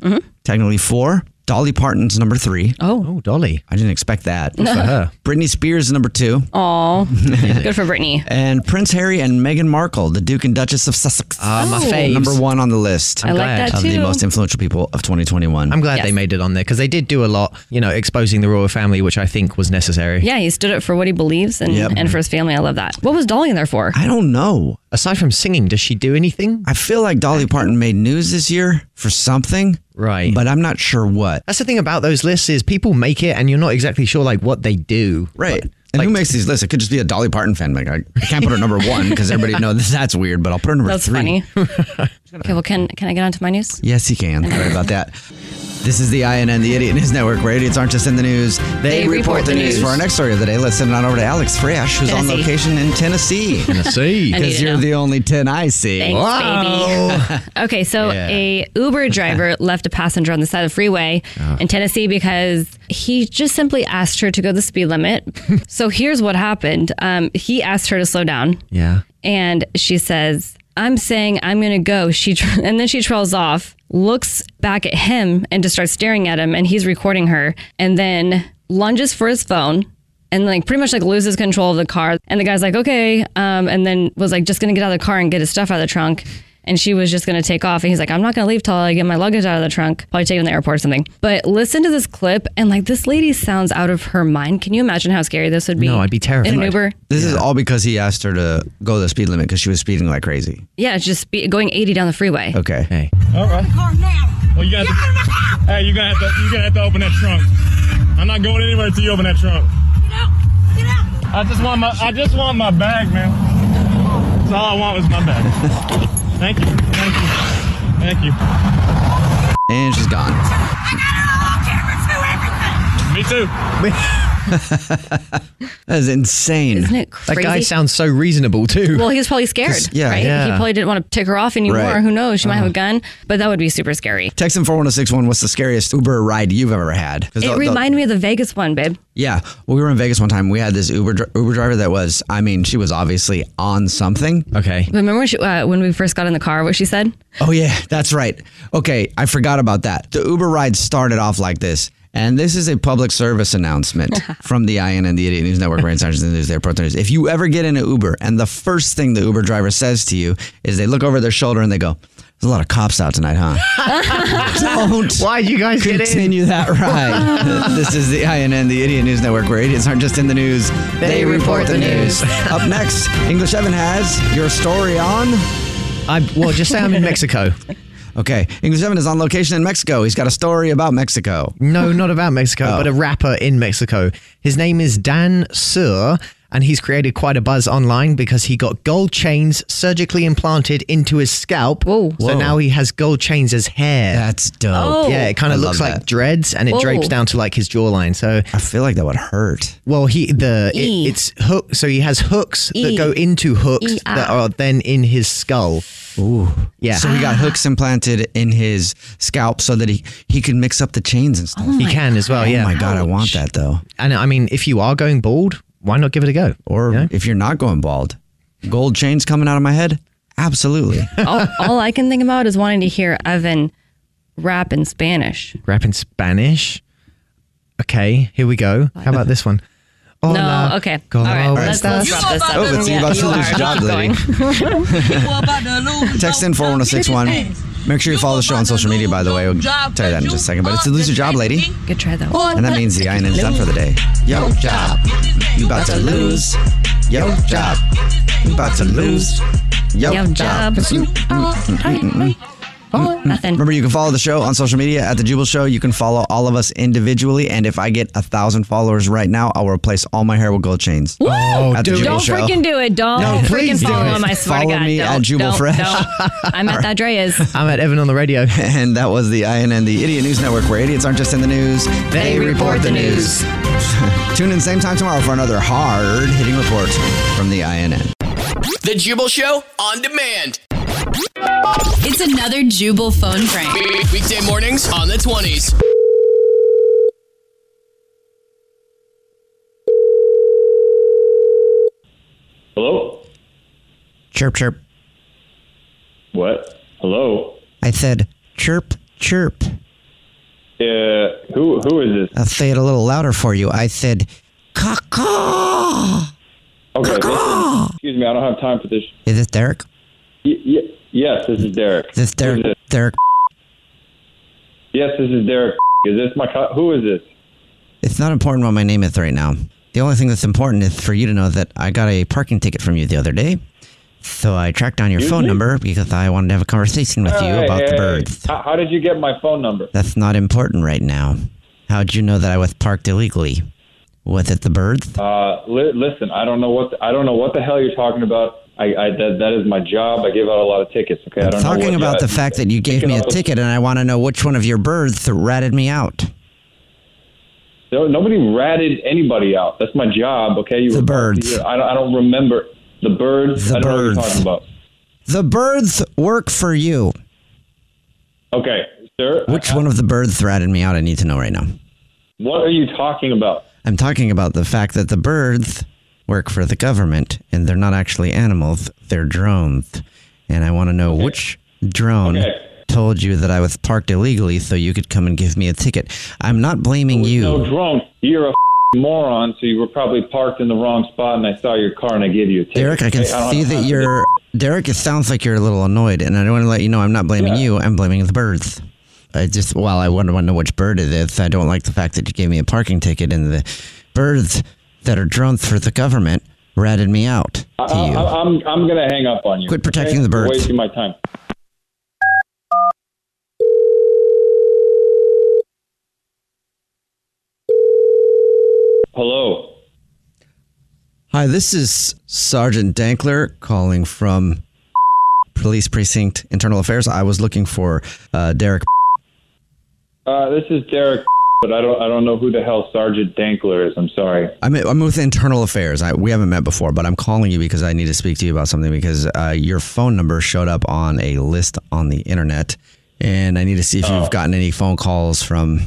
technically four. Dolly Parton's number three.
Oh,
oh, Dolly!
I didn't expect that.
Good for her.
[LAUGHS] Britney Spears number two. [LAUGHS]
Aw, Oh, good for Brittany.
And Prince Harry and Meghan Markle, the Duke and Duchess of Sussex.
Ah, my Oh. faves.
Number one on the list.
I'm I like glad. that
Of the
too.
most influential people of 2021.
I'm glad they made it on there because they did do a lot, you know, exposing the royal family, which I think was necessary.
Yeah, he stood up for what he believes and,
Yep.
and for his family. I love that. What was Dolly in there for?
I don't know.
Aside from singing, does she do anything?
I feel like Dolly Parton made news this year for something.
Right.
But I'm not sure what.
That's the thing about those lists is people make it and you're not exactly sure like what they do.
Right. And who makes these lists? It could just be a Dolly Parton fan. Like, I I can't put her number one
[LAUGHS]
because everybody knows that's weird, but I'll put her number
That's
three.
funny. okay, well, can can I get on to my news?
[LAUGHS] Yes, he can. Sorry about that. This is the INN, the Idiot News Network, where idiots aren't just in the news,
They report the news.
For our next story of the day, let's send it on over to Alex Fresh, who's on
Tennessee.
location in Tennessee.
Tennessee.
[LAUGHS]
I need
Because
to
you're
know.
the only 10 I see.
Thanks, [LAUGHS]
[LAUGHS]
baby. okay, so
Yeah.
a
[LAUGHS]
Uber driver left a passenger on the side of the freeway
Ah.
in Tennessee because he just simply asked her to go the speed
[LAUGHS]
limit. so here's what happened. Um, he asked her to slow down,
Yeah.
and she says, "I'm saying I'm going to go." She tr- [LAUGHS] and then she trails off, looks back at him, and just starts staring at him, and he's recording her, and then lunges for his phone. And like pretty much like loses control of the car, and the guy's like, okay, um, and then was like just gonna get out of the car and get his stuff out of the trunk, and she was just going to take off. And he's like, I'm not going to leave till I get my luggage out of the trunk. Probably take it in the airport or something. But listen to this clip, and like this lady sounds out of her mind. Can you imagine how scary this would be?
No, I'd be
In an Uber.
This is all because he asked her to go the speed limit because she was speeding like crazy.
Yeah, it's just be- going 80 down the freeway.
Okay. Hey.
All right. Well, you got to. Hey, you're gonna have to. You're gonna have to open that trunk. I'm not going anywhere until you open that trunk. Get out! Get out! I just want my. I just want my bag, man. That's all I want was my bag. Thank you. Thank you. Thank you.
And she's gone. [LAUGHS]
Me too.
[LAUGHS] That is insane.
Isn't it
That guy
crazy?
sounds so reasonable too. [LAUGHS]
Well, he [LAUGHS] was probably scared.
Just- yeah,
right?
yeah.
He probably didn't want to tick her off anymore.
Right. Uh-huh.
Who knows? She might have a gun, but that would be super scary.
Text him 41061. What's the scariest Uber ride you've ever had? 'Cause
It
they'll- they'll-
reminded me of the Vegas one, babe.
Yeah, well, we were in Vegas one time. We had this Uber dri- Uber driver that was, I mean, she was obviously on something.
Okay.
Remember when, she, uh, when we first got in the car, what she
[LAUGHS]
said?
Oh yeah, that's right. Okay, I forgot about that. The Uber ride started off like this. And this is a public
[LAUGHS]
service announcement from the IN and the Idiot News Network, Rand Sanchez, and the News Day Pro News. If you ever get in an Uber and the first thing the Uber driver says to you is they look over their shoulder and they go, There's a lot of cops out
[LAUGHS]
tonight, huh? Don't.
Why'd you guys
get in? Continue that
[LAUGHS]
ride. [LAUGHS] this is the INN, the Idiot News Network, where idiots aren't just in the news,
They report the news. [LAUGHS]
Up next, English Evan has your story on.
I well, just say I'm
[LAUGHS]
in Mexico.
Okay, English Evan is on location in Mexico. He's got a story about Mexico. Oh.
No, not about Mexico, but a rapper in Mexico. His name is Dan Sur, and he's created quite a buzz online because he got gold chains surgically implanted into his scalp. Whoa. So
Whoa.
now he has gold chains as hair.
That's dope.
Oh.
Yeah, it kind
I
of
love
looks like
that.
dreads and it
Whoa.
drapes down to like his jawline. So
I feel like that would hurt.
Well, he the
Eee.
it, it's hook so he has hooks that
Eee.
go into hooks
Eee, E. ah.
that are then in his skull.
Ooh.
Yeah.
So he got hooks implanted in his scalp so that he he can mix up the chains and stuff.
he can as well, yeah.
Oh my god, I want that though.
And I mean, if you are going bald, why not give it a go?
Or if you're not going bald, gold chains coming out of my head? Absolutely.
all, all I can think about is wanting to hear Evan rap in Spanish.
Rap in Spanish. Okay, here we go. How about this one?
No, okay.
¿cómo
all right, let's,
estás?
let's wrap this up.
Oh, but so you're about to lose your job, lady. [LAUGHS] Text in 41061. Make sure you follow the show on social media, by the way. We'll tell you that in just a second. But it's a lose your job, lady.
[LAUGHS] Good try, though.
And that means the iron is done for the day. Yo, job. You about to lose. Yo, job. You about to lose. Yo,
Yo, job. Nothing.
Remember, you can follow the show on social media at The Jubal Show. You can follow all of us individually. And if I get a thousand followers right now, I'll replace all my hair with gold chains.
Woo!
At The Jubal
don't
Show.
freaking do it. Don't
No,
freaking
please do
follow
it.
him. I swear
Follow
to God.
me
don't,
at Jubal
don't,
Fresh.
don't.
[LAUGHS]
I'm at that Dreas.
I'm at Evan on the radio.
And that was the INN, the Idiot News Network, where idiots aren't just in the news,
They report the news.
[LAUGHS] Tune in same time tomorrow for another hard hitting report from the INN.
The Jubal Show on demand.
It's another Jubal phone prank.
Weekday mornings on the 20s.
Hello?
Chirp, chirp.
What? Hello?
I said, chirp, chirp.
Uh, who who is this?
I'll say it a little louder for you. I said, caw
Okay. listen. Excuse me, I don't have time for this.
Is this Derek?
Y- y- yes, this is Derek.
Is this Derek? Derek.
Yes, this is Derek. Is this my co- who is this?
It's not important what my name is right now. The only thing that's important is for you to know that I got a parking ticket from you the other day. So I tracked down your phone number because I wanted to have a conversation with you
Hey,
about
hey,
the
hey.
birds.
How, how did you get my phone number?
That's not important right now. How'd you know that I was parked illegally? Was it the birds?
Uh, li- listen, I don't know what the, I don't know what the hell you're talking about. I, I that that is my job. I give out a lot of tickets. Okay, I don't know
Talking
what-
about
yeah,
the fact that you gave me a
off.
ticket and I want to know which one of your birds ratted me out.
No, nobody ratted anybody out. That's my job. Okay, you the
birds.
I don't I don't remember the birds.
The
I don't know what you're
birds.
talking about.
The birds work for you.
Okay, sir.
Which one of the birds ratted me out? I need to know right now.
What are you talking about?
I'm talking about the fact that the birds work for the government and they're not actually animals, they're drones. And I want to know which drone told you that I was parked illegally so you could come and give me a ticket. I'm not blaming you.
No drone. You're a moron, so you were probably parked in the wrong spot, and I saw your car and I gave you a ticket.
Derek, I can
Hey, don't
see
have
that
time to
you're. Derek, it sounds like you're a little annoyed, and I want to let you know I'm not blaming you. I'm blaming the birds. I just, while I want to know which bird it is, I don't like the fact that you gave me a parking ticket, and the birds that are drones for the government ratted me out.
I,
uh.
I, I'm I'm gonna hang up on you.
Quit protecting the birds.
Wasting my time. Hello.
Hi, this is Sergeant Dankler calling from Police Precinct Internal Affairs. I was looking for uh, Derek.
Uh, this is Derek, but I don't I don't know who the hell Sergeant Dankler is. I'm sorry.
I'm, I'm with Internal Affairs. I, we haven't met before, but I'm calling you because I need to speak to you about something because uh, your phone number showed up on a list on the internet, and I need to see if
Oh.
you've gotten any phone calls from.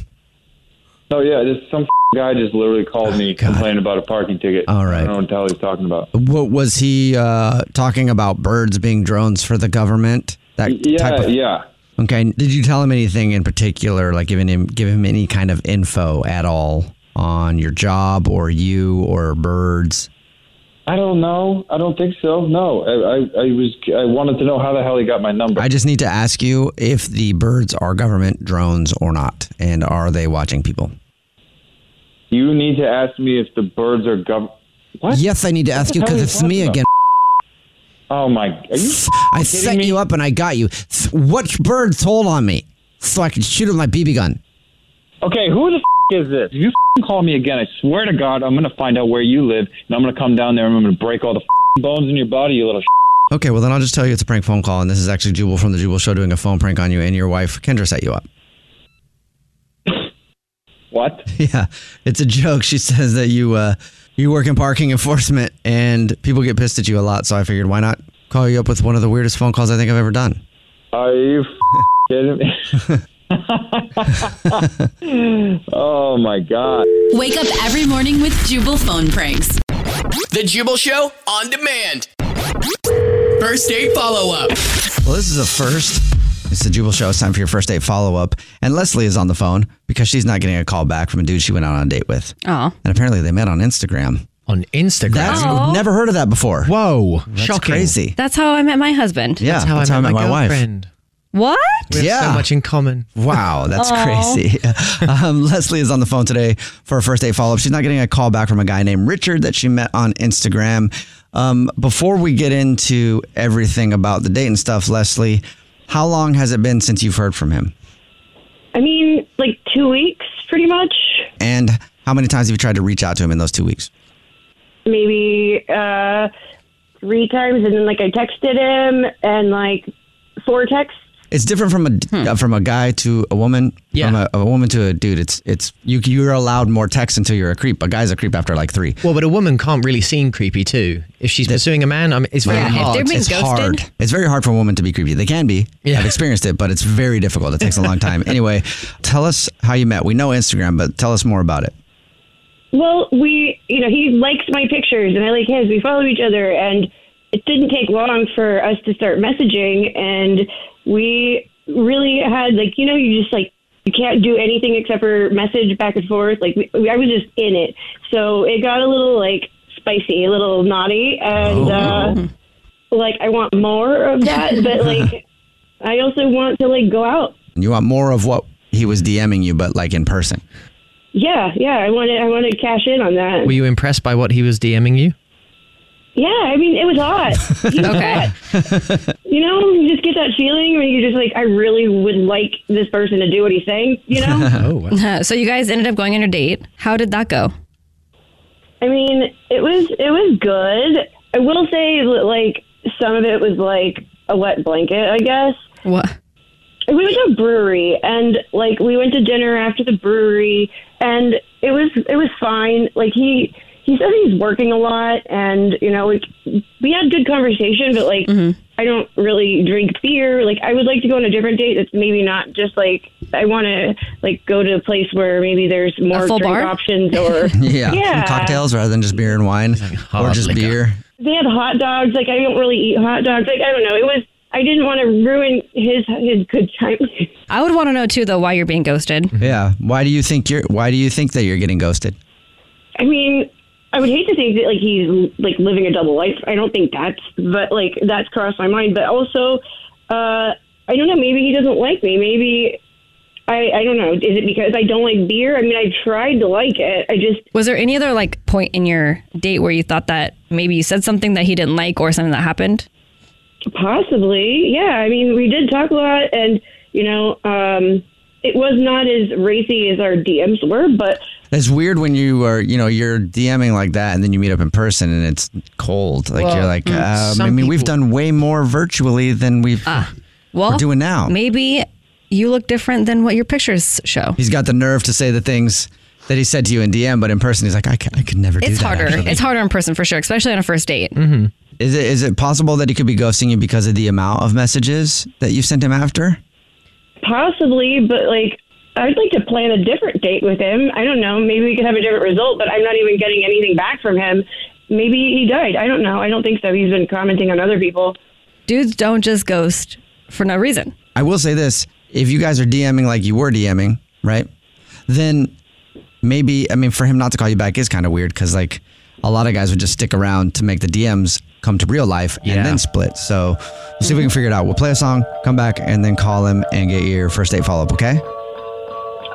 No, yeah, just some guy just literally called me complaining about a parking ticket.
Oh, All right.
I don't know what the hell he's talking about.
What was he uh, talking about? Birds being drones for the government. That type
Yeah,
of,
yeah.
Okay. Did you tell him anything in particular, like giving him give him any kind of info at all on your job or you or birds?
I don't know. I don't think so. No, I, I, I was I wanted to know how the hell he got my number.
I just need to ask you if the birds are government drones or not, and are they watching people?
You need to ask me if the birds are gov.
Yes, I need to ask
the
you
hell
because
are you
it's me
talking
again.
Oh my! Are you?
I set you up and I got you. What bird told on me so I could shoot him my BB gun?
Okay, who the f- is this? If you f- call me again, I swear to God, I'm gonna find out where you live, and I'm gonna come down there and I'm gonna break all the f- bones in your body, you little. Sh-
Okay, well then I'll just tell you it's a prank phone call, and this is actually Jubal from the Jubal Show doing a phone prank on you, and your wife Kendra set you up.
What?
[LAUGHS] Yeah, it's a joke. She says that you uh, you work in parking enforcement, and people get pissed at you a lot. So I figured, why not call you up with one of the weirdest phone calls I think I've ever done?
are you f- kidding me? [LAUGHS] oh my God!
Wake up every morning with Jubal phone pranks.
The Jubal Show on demand. First date follow up.
Well, this is a first. It's the Jubal Show. It's time for your first date follow up, and Leslie is on the phone because she's not getting a call back from a dude she went out on a date with.
Oh.
And apparently they met on Instagram.
On Instagram,
that's
Oh.
never heard of that before.
Whoa,
that's crazy.
That's how I met my husband.
Yeah, That's how I that's how I met met my my wife. girlfriend.
What?
We have so much in common.
Wow, that's
Aw.
crazy. [LAUGHS] Um, Leslie is on the phone today for a first date follow up. She's not getting a call back from a guy named Richard that she met on Instagram. Um, before we get into everything about the date and stuff, Leslie, how long has it been since you've heard from him?
I mean, like two weeks, pretty much.
And how many times have you tried to reach out to him in those two weeks?
Maybe uh, three times, and then like I texted him, and like four texts.
It's different from a uh, from a guy to a woman, yeah. from a, a woman to a dude. It's it's you you're allowed more text until you're a creep. A guy's a creep after like three.
Well, but a woman can't really seem creepy too. If she's pursuing a man, I mean, it's very
Yeah, if
hard.
they're being It's ghosted. hard. It's very hard for a woman to be creepy. They can be.
[LAUGHS]
I've experienced it, but it's very difficult. It takes a long time. anyway, tell us how you met. We know Instagram, but tell us more about it.
Well, we, you know, he likes my pictures, and I like his. We follow each other, and it didn't take long for us to start messaging, and we really had like, you know, you just like you can't do anything except for message back and forth. Like, we, I was just in it, so it got a little like spicy, a little naughty, and uh, like I want more of that, but like I also want to like go out
And You want more of what he was DMing you, but like in person.
Yeah, yeah. I wanted I wanted to cash in on that.
Were you impressed by what he was DMing you?
yeah, I mean it was hot. He was
[LAUGHS]
hot. You know, you just get that feeling when you're just like, I really [LAUGHS] would like this person to do what he's saying. You know,
[LAUGHS]
[LAUGHS]
Oh,
so you guys ended up going on a date. How did that go?
I mean, it was it was good. I will say that like some of it was like a wet blanket, I guess.
What?
We went to a brewery and like we went to dinner after the brewery and it was it was fine. Like he he says he's working a lot and you know like we had good conversation but like
Mm-hmm.
I don't really drink beer. Like I would like to go on a different date that's maybe not just like I want to like go to a place where maybe there's more
full
drink
bar?
options or
[LAUGHS] Yeah. Some cocktails rather than just beer and wine or just beer.
they had hot dogs. Like I don't really eat hot dogs. Like I don't know. It was I didn't want to ruin his his good time. [LAUGHS]
I would want to know too, though, why you're being ghosted.
Yeah. Why do you think you're why do you think that you're getting ghosted?
I mean, I would hate to think that like he's like living a double life. I don't think that's but like that's crossed my mind. But also, uh, I don't know. Maybe he doesn't like me. Maybe I I don't know. Is it because I don't like beer? I mean, I tried to like it. I just
Was there any other like point in your date where you thought that maybe you said something that he didn't like or something that happened?
Possibly, yeah. I mean, we did talk a lot, and you know, um, it was not as racy as our DMs were, but
It's weird when you are, you know, you're DMing like that, and then you meet up in person, and it's cold. Like
Well,
you're like,
mm,
uh, I
some Ah.
mean, we've done way more virtually than we've
Well,
we're doing now.
Maybe you look different than what your pictures show.
He's got the nerve to say the things that he said to you in DM, but in person, he's like, I, ca- I could never do
It's
that.
harder.
actually."
It's harder in person for sure, especially on a first date.
Mm-hmm. Is it is it possible that he could be ghosting you because of the amount of messages that you sent him after?
possibly, but like, I'd like to plan a different date with him. I don't know. Maybe we could have a different result, but I'm not even getting anything back from him. Maybe he died. I don't know. I don't think so. He's been commenting on other people.
Dudes don't just ghost for no reason.
I will say this: if you guys are DMing like you were DMing, right? Then maybe I mean for him not to call you back is kind of weird because like a lot of guys would just stick around to make the DMs come to real life and then split. So we'll see if we can figure it out. We'll play a song, come back, and then call him and get your first date follow up. Okay?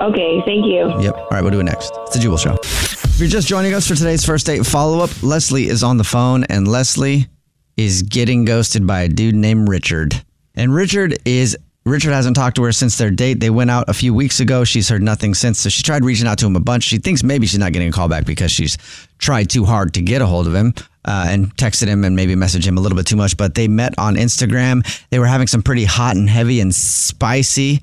Okay, thank you.
Yep. All right, we'll do it next. It's the Jubal Show. If you're just joining us for today's first date follow up, Leslie is on the phone, and Leslie is getting ghosted by a dude named Richard. And Richard is Richard hasn't talked to her since their date. They went out a few weeks ago. She's heard nothing since. So she tried reaching out to him a bunch. She thinks maybe she's not getting a call back because she's tried too hard to get a hold of him uh, and texted him and maybe messaged him a little bit too much. But they met on Instagram. They were having some pretty hot and heavy and spicy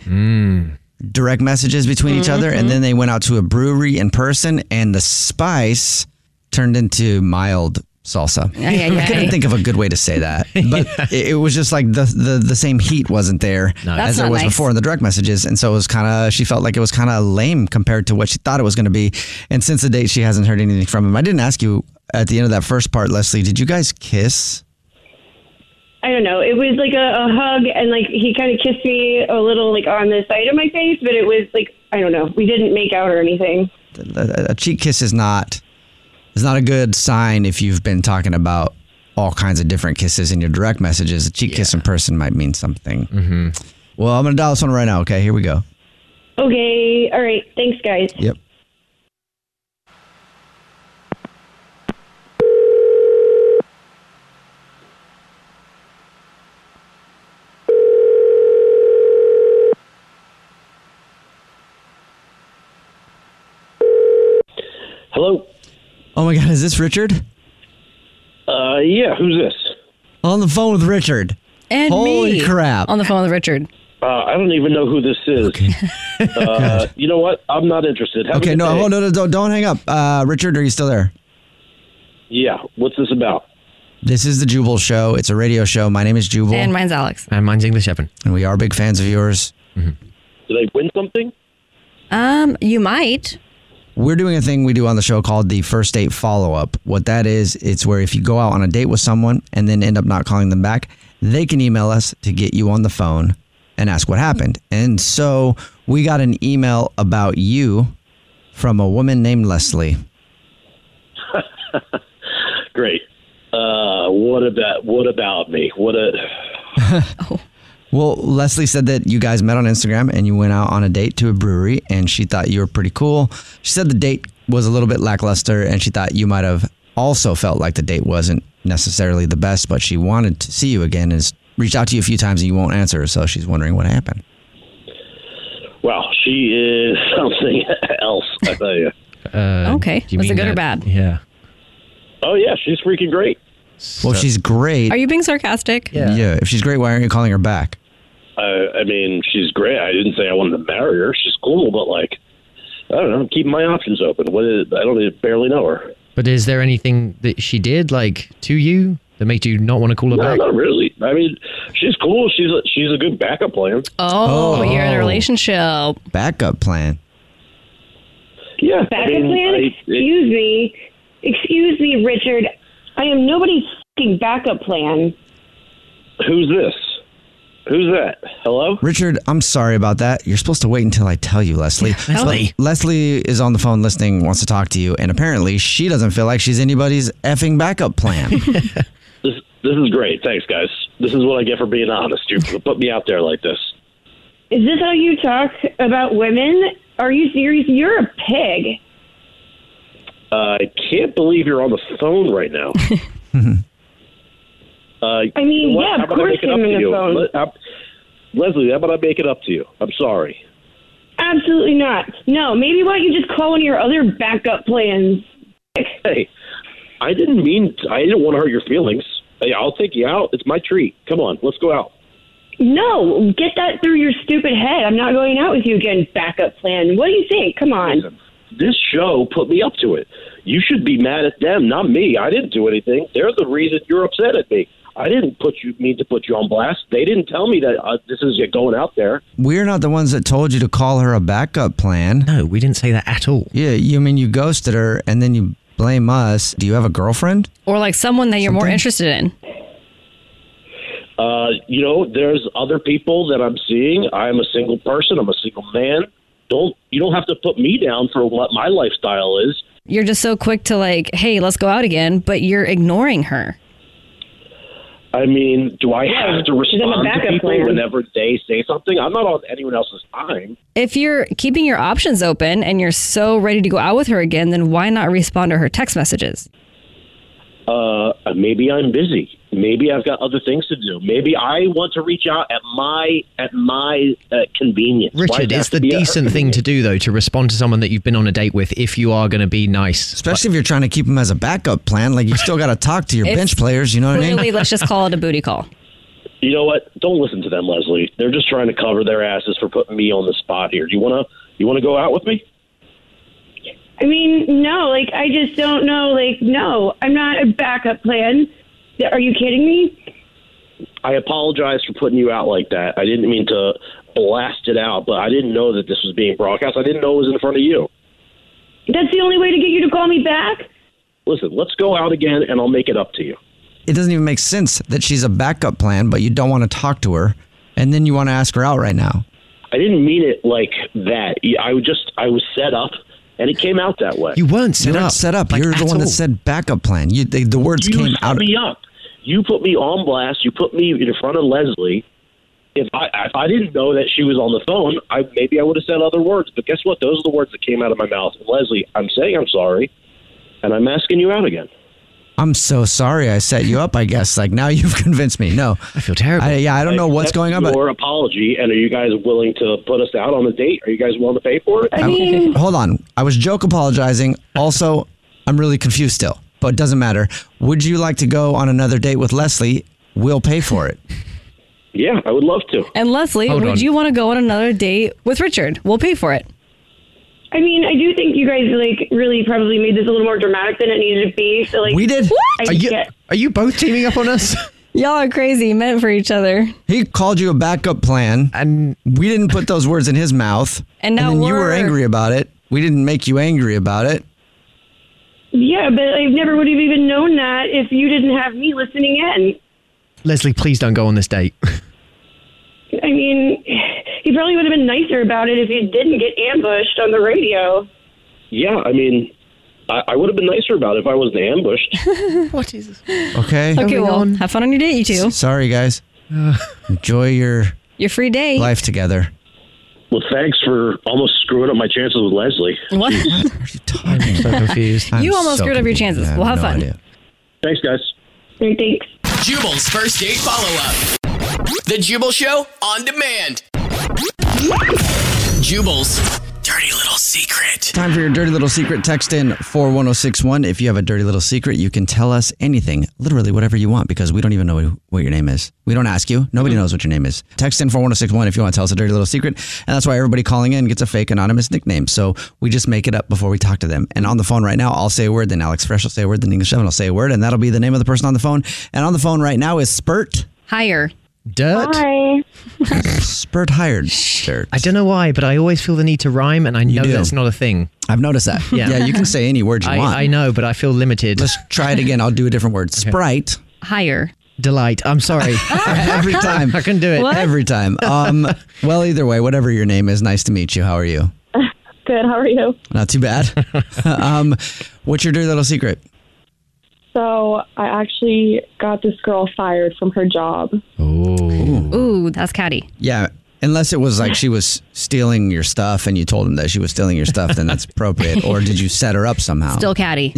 direct messages between each other and then they went out to a brewery in person and the spice turned into mild salsa
Ay, ay,
i couldn't
ay.
think of a good way to
[LAUGHS]
say that but it, it was just like the, the the same heat wasn't there
That's
as there
not
was
nice.
before in the direct messages and so it was kind of she felt like it was kind of lame compared to what she thought it was going to be and since the date she hasn't heard anything from him i didn't ask you at the end of that first part leslie did you guys kiss
I don't know. It was like a, a hug, and like he kind of kissed me a little, like on the side of my face, but it was like I don't know. We didn't make out or anything.
a, a cheek kiss is not is not a good sign if you've been talking about all kinds of different kisses in your direct messages. A cheek kiss in person might mean something. Mm-hmm. Well, I'm gonna dial this one right now. Okay, here we go.
Okay, all right. Thanks, guys.
Yep.
Hello.
Oh my God, is this Richard?
Uh, yeah. Who's this?
On the phone with Richard.
And
Holy
me
crap!
On the phone with Richard.
Uh, I don't even know who this is. [LAUGHS] uh, you know what? I'm not interested. Have a
Okay,
good
no,
day.
oh, no, no, don't, don't hang up. Uh, Richard, are you still there?
Yeah. What's this about?
This is the Jubal Show. It's a radio show. My name is Jubal,
And mine's Alex.
and mine's English Evan, and we are big fans of yours.
Did I win something?
Um, you might.
We're doing a thing we do on the show called the first date follow up. What that is, it's where if you go out on a date with someone and then end up not calling them back, they can email us to get you on the phone and ask what happened. And so we got an email about you from a woman named Leslie.
Great. Uh, what about what about me? What a
Well, Leslie said that you guys met on Instagram and you went out on a date to a brewery and she thought you were pretty cool. She said the date was a little bit lackluster and she thought you might have also felt like the date wasn't necessarily the best, but she wanted to see you again and s- reached out to you a few times and you won't answer. So she's wondering what happened.
wow. She is [LAUGHS] something else. I tell you.
Uh, okay. Was it good or bad?
Yeah. Oh yeah, she's freaking great.
Well, if she's great.
Are you being sarcastic?
yeah. If she's great, why aren't you calling her back?
I, I mean, she's great. I didn't say I wanted to marry her. She's cool, but like, I don't know. I'm keeping my options open. What is, I don't even barely know her.
But is there anything that she did, like, to you that made you not want to call her
No,
back?
not really. I mean, she's cool. She's a, she's a good backup plan.
Oh,
Oh.
you're in a relationship.
Backup plan.
Yeah.
Backup plan? Excuse me. Excuse me, Richard. I am nobody's fucking backup plan.
Who's this? Who's that? Hello?
Richard, I'm sorry about that. You're supposed to wait until I tell you, Leslie.
Leslie.
Le- Leslie is on the phone listening, wants to talk to you, and apparently she doesn't feel like she's anybody's effing backup
[LAUGHS]
plan.
This this is great. Thanks, guys. This is what I get for being honest. You put me out there like this.
Is this how you talk about women? Are you serious? You're a pig.
Uh, I can't believe you're on the phone right now. uh,
I mean,
you know what?
yeah, of
How about I
course
make it
I'm
up
on
to
the
you?
phone.
Le- I'm- Leslie, how about I make it up to you? I'm sorry.
Absolutely not. No, maybe why don't you just call one of your other backup plans?
Hey, I didn't mean. I didn't want to hurt your feelings. Hey, I'll take you out. It's my treat. Come on, let's go out.
No, get that through your stupid head. I'm not going out with you again, backup plan. What do you think? Come on.
This show put me up to it. You should be mad at them, not me. I didn't do anything. They're the reason you're upset at me. I didn't put you mean to put you on blast. They didn't tell me that uh, this is going out there.
We're not the ones that told you to call her a backup plan.
No, we didn't say that at all.
Yeah, you I mean you ghosted her and then you blame us. Do you have a girlfriend?
Or like someone that you're more interested in.
Uh, you know, there's other people that I'm seeing. I'm a single person. I'm a single man. Don't you don't have to put me down for what my lifestyle is.
You're just so quick to like, hey, let's go out again, but you're ignoring her.
I mean, do I have to
she's on the
respond to
backup
people
plan.
whenever they say something? I'm not on anyone else's time.
If you're keeping your options open and you're so ready to go out with her again, then why not respond to her text messages?
Uh, maybe I'm busy. Maybe I've got other things to do. Maybe I want to reach out at my at my uh, convenience. Why
Richard,
does it
it's
have to
the
be at her
decent thing to do, though, to respond to someone that you've been on a date with if you are going to be nice.
Especially if you're trying to keep him as a backup plan, like you still
[LAUGHS]
got to Uh, talk to your
It's
bench players, you know what I
Clearly,
mean?
let's just call it a booty call.
You know what? Don't listen to them, Leslie. They're just trying to cover their asses for putting me on the spot here. Do you wanna you wanna go out with me?
I mean, no, like, I just don't know. Like, no, I'm not a backup plan. Are you kidding me?
I apologize for putting you out like that. I didn't mean to blast it out, but I didn't know that this was being broadcast. I didn't know it was in front of you.
That's the only way to get you to call me back?
Listen, let's go out again, and I'll make it up to you.
[LAUGHS] It doesn't even make sense that she's a backup plan, but you don't want to talk to her and then you want to ask her out right now.
I didn't mean it like that. I would just I was set up, and it came out that way.
You weren't set up. set up. You're the
at
one that
all.
said backup plan. You they, the words
you
came
set
out.
me up. You put me on blast. You put me in front of Leslie. If I if I didn't know that she was on the phone, I maybe I would have said other words. But guess what? Those are the words that came out of my mouth. Leslie, I'm saying I'm sorry, and I'm asking you out again.
I'm so sorry I set you up, I guess. Like now you've [LAUGHS] convinced me. No. I feel terrible. yeah, I don't know what's
That's
going on, but
Your apology, and are you guys willing to put us out on a date? Are you guys willing to pay for it?
I hold on. I was joke apologizing. Also, I'm really confused still, but it doesn't matter. Would you like to go on another date with Leslie? We'll pay for [LAUGHS] it.
yeah, I would love to.
And Leslie,
Hold
would
on.
you want to go on another date with [LAUGHS] Richard? We'll pay for it.
I mean, I do think you guys like really probably made this a little more dramatic than it needed to be. So like
We did?
I
Are you,
get-
are you both teaming up on us? [LAUGHS]
Y'all are crazy, meant for each other.
He called you a backup plan,
and
we didn't put those words in his mouth.
And now
then you were
we're-
angry about it. We didn't make you angry about it.
yeah, but I never would have even known that if you didn't have me listening in.
Leslie, please don't go on this
[LAUGHS]
date.
I mean, [SIGHS] he probably would have been nicer about it if he didn't get ambushed on the radio.
Yeah, I mean, I, I would have been nicer about it if I wasn't ambushed.
what is this?
Okay.
Okay, well, have fun on your date, you two.
S-
[LAUGHS]
Sorry, guys. Enjoy your
Your free date.
life together.
Well, thanks for almost screwing up my chances with Leslie.
What?
I'm so confused.
you almost screwed up your chances. We'll have fun.
Thanks, guys.
Thanks.
Jubal's first date follow up. The Jubal Show on demand. Jubal's dirty little secret.
Time for your dirty little secret. Text in 41061. If you have a dirty little secret, you can tell us anything, literally whatever you want, because we don't even know what your name is. We don't ask you. Nobody
Mm-hmm.
knows what your name is. Text in 41061 if you want to tell us a dirty little secret. And that's why everybody calling in gets a fake anonymous nickname. So we just make it up before we talk to them. And on the phone right now, I'll say a word, then Alex Fresh will say a word, then English 7 will say a word, and that'll be the name of the person on the phone. And on the phone right now is Spurt.
Higher.
Dirt.
[LAUGHS]
Hi.
Spurt hired. Dirt.
I don't know why, but I always feel the need to rhyme, and I know
do.
that's not a thing.
I've noticed that.
Yeah.
Yeah, you can say any word you
I-
want.
I know, but I feel limited.
Let's try it again. I'll do a different word. Sprite.
Higher.
delight. I'm sorry.
[LAUGHS] Every time. I
can do it. What?
Every time. Um, well, either way, whatever your name is, nice to meet you. How are you?
Good. How are you?
Not
[LAUGHS]
too bad. um, what's your dirty little secret?
So I actually got this girl fired from her job.
Oh.
Ooh, that's catty.
Yeah. Unless it was like she was stealing your stuff and you told him that she was stealing your stuff, then that's appropriate. Or did you set her up somehow? [LAUGHS]
Still catty.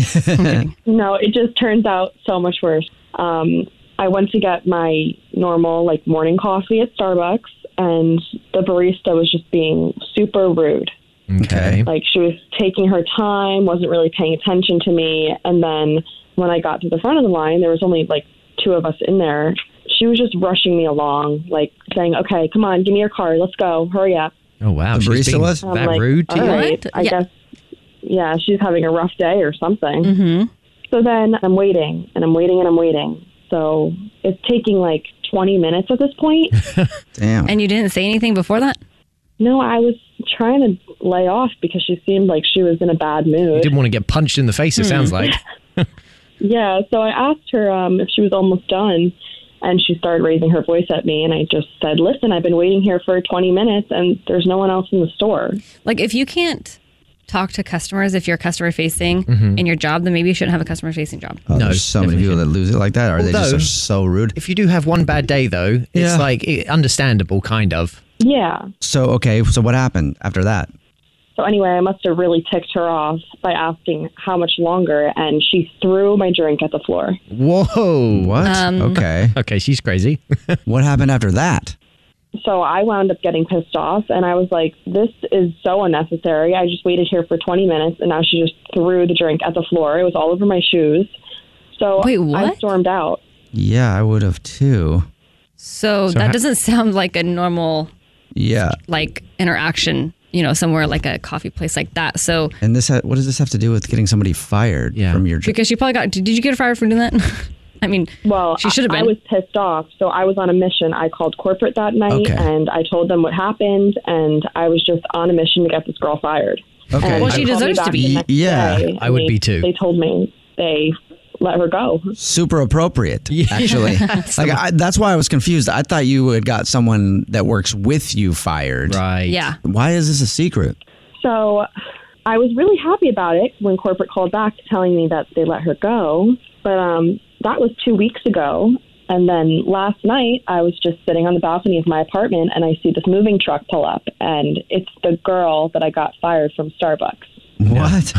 No, it just turns out so much worse. Um, I went to get my normal like morning coffee at Starbucks, and the barista was just being super rude.
Okay.
Like she was taking her time, wasn't really paying attention to me. And then when I got to the front of the line, there was only like two of us in there. She was just rushing me along, like saying, "Okay, come on, give me your card, let's go, hurry up."
Oh wow,
The
she's
barista
being
was?
I'm
that
like,
rude to
"All
you?
right, I
Yeah.
guess, yeah, she's having a rough day or something.
Mm-hmm.
So then I'm waiting and I'm waiting and I'm waiting. So it's taking like 20 minutes at this
[LAUGHS]
point.
Damn.
And you didn't say anything before that?
no, I was trying to lay off because she seemed like she was in a bad
You
mood.
didn't want to get punched in the face. It sounds
Hmm.
like.
Yeah, so I asked her um, if she was almost done, and she started raising her voice at me. And I just said, "Listen, I've been waiting here for 20 minutes, and there's no one else in the store."
Like, if you can't talk to customers, if you're customer facing
Mhm.
in your job, then maybe you shouldn't have a customer facing job.
[LAUGHS] Oh, there's so many people that lose it like that, or they just
Although-
are so rude.
If you do have one bad day, though, it's like it, understandable, kind of.
Yeah.
So okay, so what happened after that?
So anyway, I must have really ticked her off by asking how much longer, and she threw my drink at the floor.
Whoa!
What?
Um,
[LAUGHS] okay.
Okay, she's crazy.
what happened after that?
So I wound up getting pissed off, and I was like, "This is so unnecessary. I just waited here for 20 minutes, and now she just threw the drink at the floor. It was all over my shoes." So
Wait,
I
what?
stormed out.
Yeah, I would have too.
So,
So
that
ha-
doesn't [LAUGHS] sound like a normal
Yeah.
like interaction, you know, somewhere like a coffee place like that. So
And this, ha- what does this have to do with getting somebody fired from your job?
because she probably got did you get fired for doing that? [LAUGHS] I mean,
well,
she should have
I-
been.
I was pissed off, so I was on a mission. I called corporate that night,
Okay.
and I told them what happened, and I was just on a mission to get this girl fired.
Okay.
And
Well,
they
she
called me
deserves to
back
be.
the next
Yeah,
day,
I
and
would
they-
be too.
They told me they let her go.
Super appropriate, [LAUGHS] actually.
So-
like I, that's why I was confused. I thought you had got someone that works with you fired. Right.
Yeah.
Why is this a secret?
So I was really happy about it when corporate called back telling me that they let her go. But um, that was two weeks ago. And then last night, I was just sitting on the balcony of my apartment and I see this moving truck pull up. And it's the girl that I got fired from Starbucks.
What?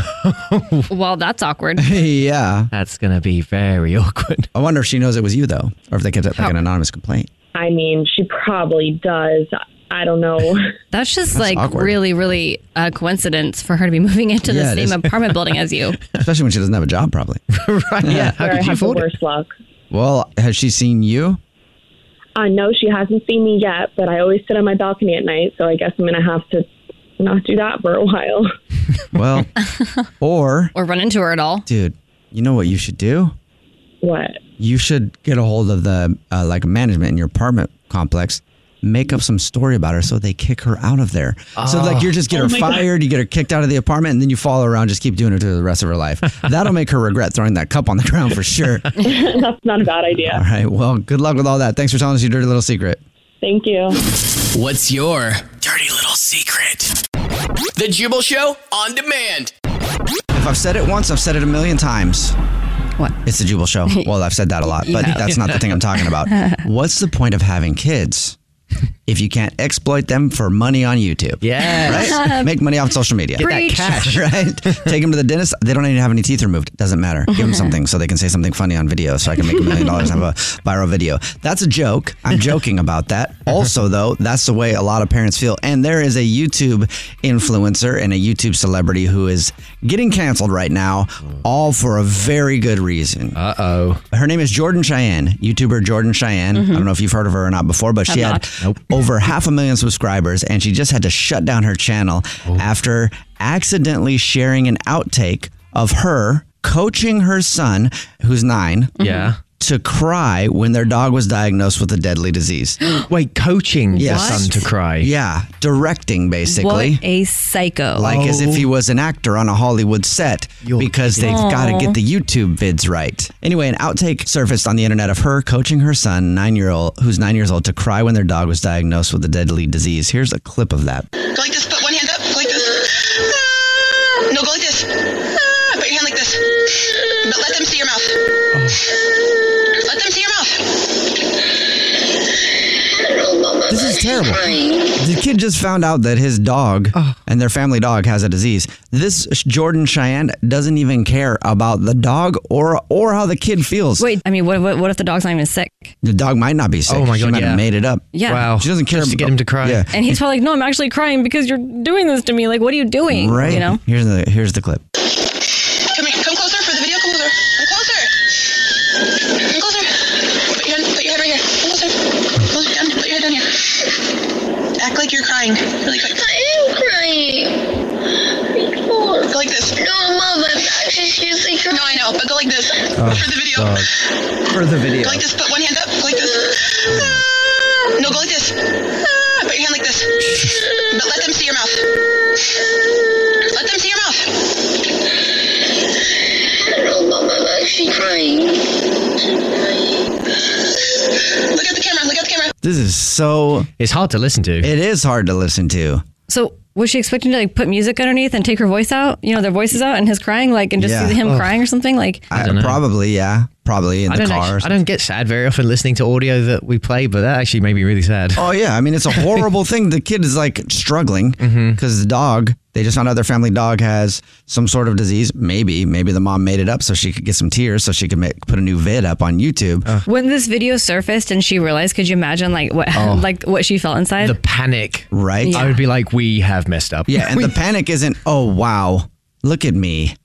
well, that's awkward.
[LAUGHS] yeah.
That's gonna be
[LAUGHS]
very awkward.
I wonder if she knows it was you though, or if they kept it like an anonymous complaint.
I mean, she probably does. I don't know.
[LAUGHS] That's just
That's
like
awkward.
really, really a coincidence for her to be [LAUGHS] moving into
Yeah, it
the
is.
same apartment building as you.
Especially when she doesn't have a job, [LAUGHS] probably.
right.
Yeah. How
Where
could
I
you
have the
afford it?
worst luck.
Well, has she seen you?
I know she hasn't seen me yet, but I always sit on my balcony at night, so I guess I'm going to have to not do that for a while.
Well, or
or run into her at all.
dude, you know what you should do?
What?
You should get a hold of the uh, like management in your apartment complex, make up some story about her so they kick her out of there. So
Oh.
like you just get
Oh
her
my God.
fired, you get her kicked out of the apartment, and then you follow her around, just keep doing it to the rest of her life. That'll make her regret throwing that cup on the ground for sure.
[LAUGHS] That's not a bad idea.
All right. Well, good luck with all that. Thanks for telling us your dirty little secret.
Thank you.
What's your dirty little secret? The Jubal Show on demand.
If I've said it once, I've said it a million times.
What?
It's the Jubal Show. Well, I've said that a lot, but
Yeah.
that's not the thing I'm talking about. What's the point of having kids if you can't exploit them for money on YouTube?
Yes.
Right? Make money off social media.
Get that Preach. cash.
[LAUGHS] Right? Take them to the dentist. They don't even have any teeth removed. Doesn't matter. Give them something so they can say something funny on video so I can make a million dollars and have a viral video. That's a joke. I'm joking about that. Also, though, that's the way a lot of parents feel. And there is a YouTube influencer and a YouTube celebrity who is getting canceled right now, all for a very good reason. Uh oh. Her name is Jordan Cheyenne, YouTuber Jordan Cheyenne. I don't know if you've heard of her or not before, but
Have
she had
not. [LAUGHS]
over half a million subscribers, and she just had to shut down her channel
Oh.
after accidentally sharing an outtake of her coaching her son, who's nine. Mm-hmm.
Yeah.
to cry when their dog was diagnosed with a deadly disease.
[GASPS] Wait, coaching the
yes.
son to cry?
Yeah, directing [LAUGHS] basically.
What a psycho.
Like as if
Oh.
he was an actor on a Hollywood set because they've
kidding.
got to
Aw.
get the YouTube vids right. Anyway, an outtake surfaced on the internet of her coaching her son, nine year old, who's nine years old, to cry when their dog was diagnosed with a deadly disease. Here's a clip of that.
Go like this. Put one hand up. Go like this. Ah. No, go like this. Ah. Put your hand like this. But let them see your mouth. Let them see your mouth.
This is terrible. The kid just found out that his dog and their family dog has a disease. This Jordan Cheyenne doesn't even care about the dog or or how the kid feels.
Wait, I mean, what, what, what if the dog's not even sick?
The dog might not be sick.
Oh my
she
God,
might
yeah.
have made it up.
Yeah. Wow.
She doesn't care
Just to get him to cry.
Yeah.
And he's probably like, no, I'm actually crying because you're doing this to me. Like, what are you doing?
right.
You know?
Here's the here's the clip.
Come here. Come closer for the video. Come closer. Come closer. Come closer. Put your hand, put your head right here. Come closer. Close your hand. Put your head down here. Act like you're crying. Really quick. I am crying. Go like this. No, Mom, I'm not just usually crying. No, I know, but go like this.
Oh,
for the video.
For the video.
Go like this. Put one hand up. Go like this. Ah. No, go like this. Ah. Put your hand like this. But let them see your mouth. Let them see your mouth. I'm actually crying. Look at the camera. Look at the camera.
This is so
It's hard to listen to.
It is hard to listen to.
So was she expecting to like put music underneath and take her voice out? You know, their voices out and his crying, like, and just
Yeah.
see him
Ugh.
crying or something? Like,
I Probably, yeah. Probably in
I
the
don't,
car.
actu- I don't get sad very often listening to audio that we play, but that actually made me really sad.
Oh yeah, I mean it's a horrible [LAUGHS] Mm-hmm. thing. The kid is like struggling because the dog. They just found out their family dog has some sort of disease. Maybe, maybe the mom made it up so she could get some tears, so she could make, put a new vid up on YouTube.
when this video surfaced and she realized, could you imagine like what [LAUGHS]
Oh.
like what she felt inside?
The panic,
right?
I would be like, we have messed up.
Yeah, and
[LAUGHS]
the panic isn't. Oh wow, look at me,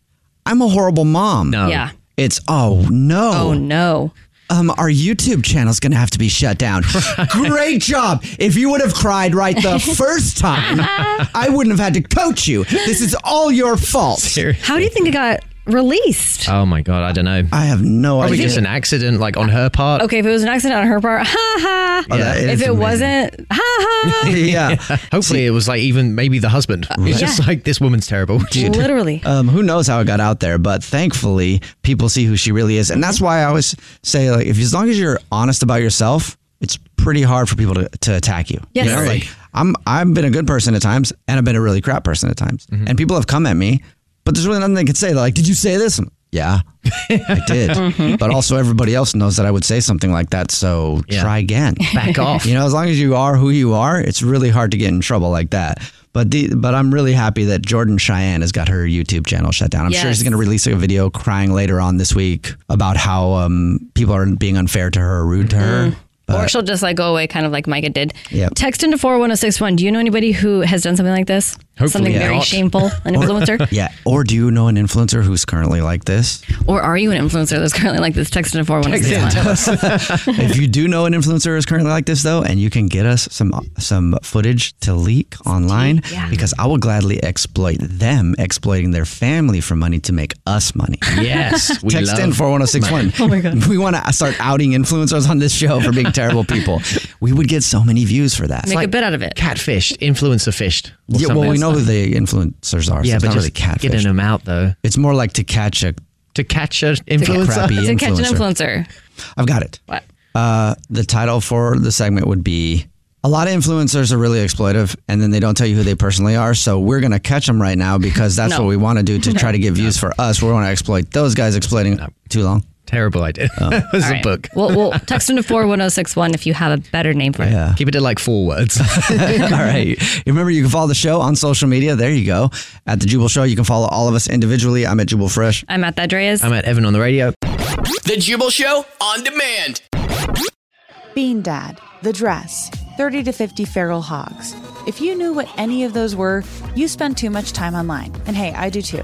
I'm a horrible mom. No.
Yeah.
It's oh no.
Oh, no.
Um, our YouTube channel's gonna have to be
[LAUGHS]
shut down. Great job! If you would have cried
[LAUGHS]
right the first time, I wouldn't have had to coach you. This is all your fault.
How do you think it got released?
Oh my god, I don't know.
I have no
Probably
idea.
just an accident, like on her
Uh.
part. [LAUGHS]
Okay, if it was an accident on her part, ha ha.
Oh, that
if
is
it
amazing.
wasn't, ha ha.
[LAUGHS] yeah.
Hopefully, it was like even maybe the husband. It's just
Yeah.
like this woman's terrible.
Literally.
Um, who knows how it got out there, but thankfully people see who she really is, and that's why I always say like, if as long as you're honest about yourself, it's pretty hard for people to, to attack you.
Yes.
You know,
Very.
like I'm I've been a good person at times, and I've been a really crap person at times,
Mm-hmm.
and people have come at me, but there's really nothing they can say. They're like, did you say this? I'm, yeah, I did.
Mhm.
But also, everybody else knows that I would say something like that. So try again.
Back off.
[LAUGHS] You know, as long as you are who you are, it's really hard to get in trouble like that. But the but I'm really happy that Jordan Cheyenne has got her YouTube channel shut down. I'm sure
Yes.
she's going to release a video crying later on this week about how um, people are being unfair to her or rude to her.
Mm-hmm. Or
But
she'll just like go away, kind of like Micah did.
Yep.
Text into 41061. Do you know anybody who has done something like this?
Hopefully
something very
not.
shameful,
[LAUGHS]
an influencer?
yeah. Or do you know an influencer who's currently like this?
Or are you an influencer that's currently like this? Text into 41061. [LAUGHS]
if you do know an influencer is currently like this though, and you can get us some some footage to leak online,
yeah.
because I will gladly exploit them exploiting their family for money to make us money.
Yes, we
text in
love
four one zero six one.
money. Oh my God.
we want to start outing influencers on this show for being terrible people. We would get so many views for that.
It's like
out of it.
Catfished, influencer fished. or
Yeah, well,
something.
we know who the influencers are. so
Yeah,
it's
but
not
just
really catfish.
getting them out though.
It's more like to catch a
to catch an
influencer. Crappy
to catch an
[LAUGHS]
influencer.
influencer.
I've got it.
What?
Uh, the title for the segment would be A lot of influencers are really exploitive and then they don't tell you who they personally are. So we're going to catch them right now because
[LAUGHS]
that's
No.
what we want to do to try to get views for us. We want to exploit those guys exploiting too long. Oh.
Terrible idea. [LAUGHS] It was
All
a
right.
book.
Well, well, text
[LAUGHS]
into 41061 if you have a better name for it.
Keep it to like four words.
[LAUGHS] All right. Remember, you can follow the show on social media. There you go. At The Jubal Show, you can follow all of us individually. I'm at Jubal Fresh.
I'm at that Dreas.
I'm at Evan on the radio.
The Jubal Show on demand.
Bean Dad, The Dress, 30 to 50 Feral Hogs. If you knew what any of those were, you spend too much time online. And hey, I do too.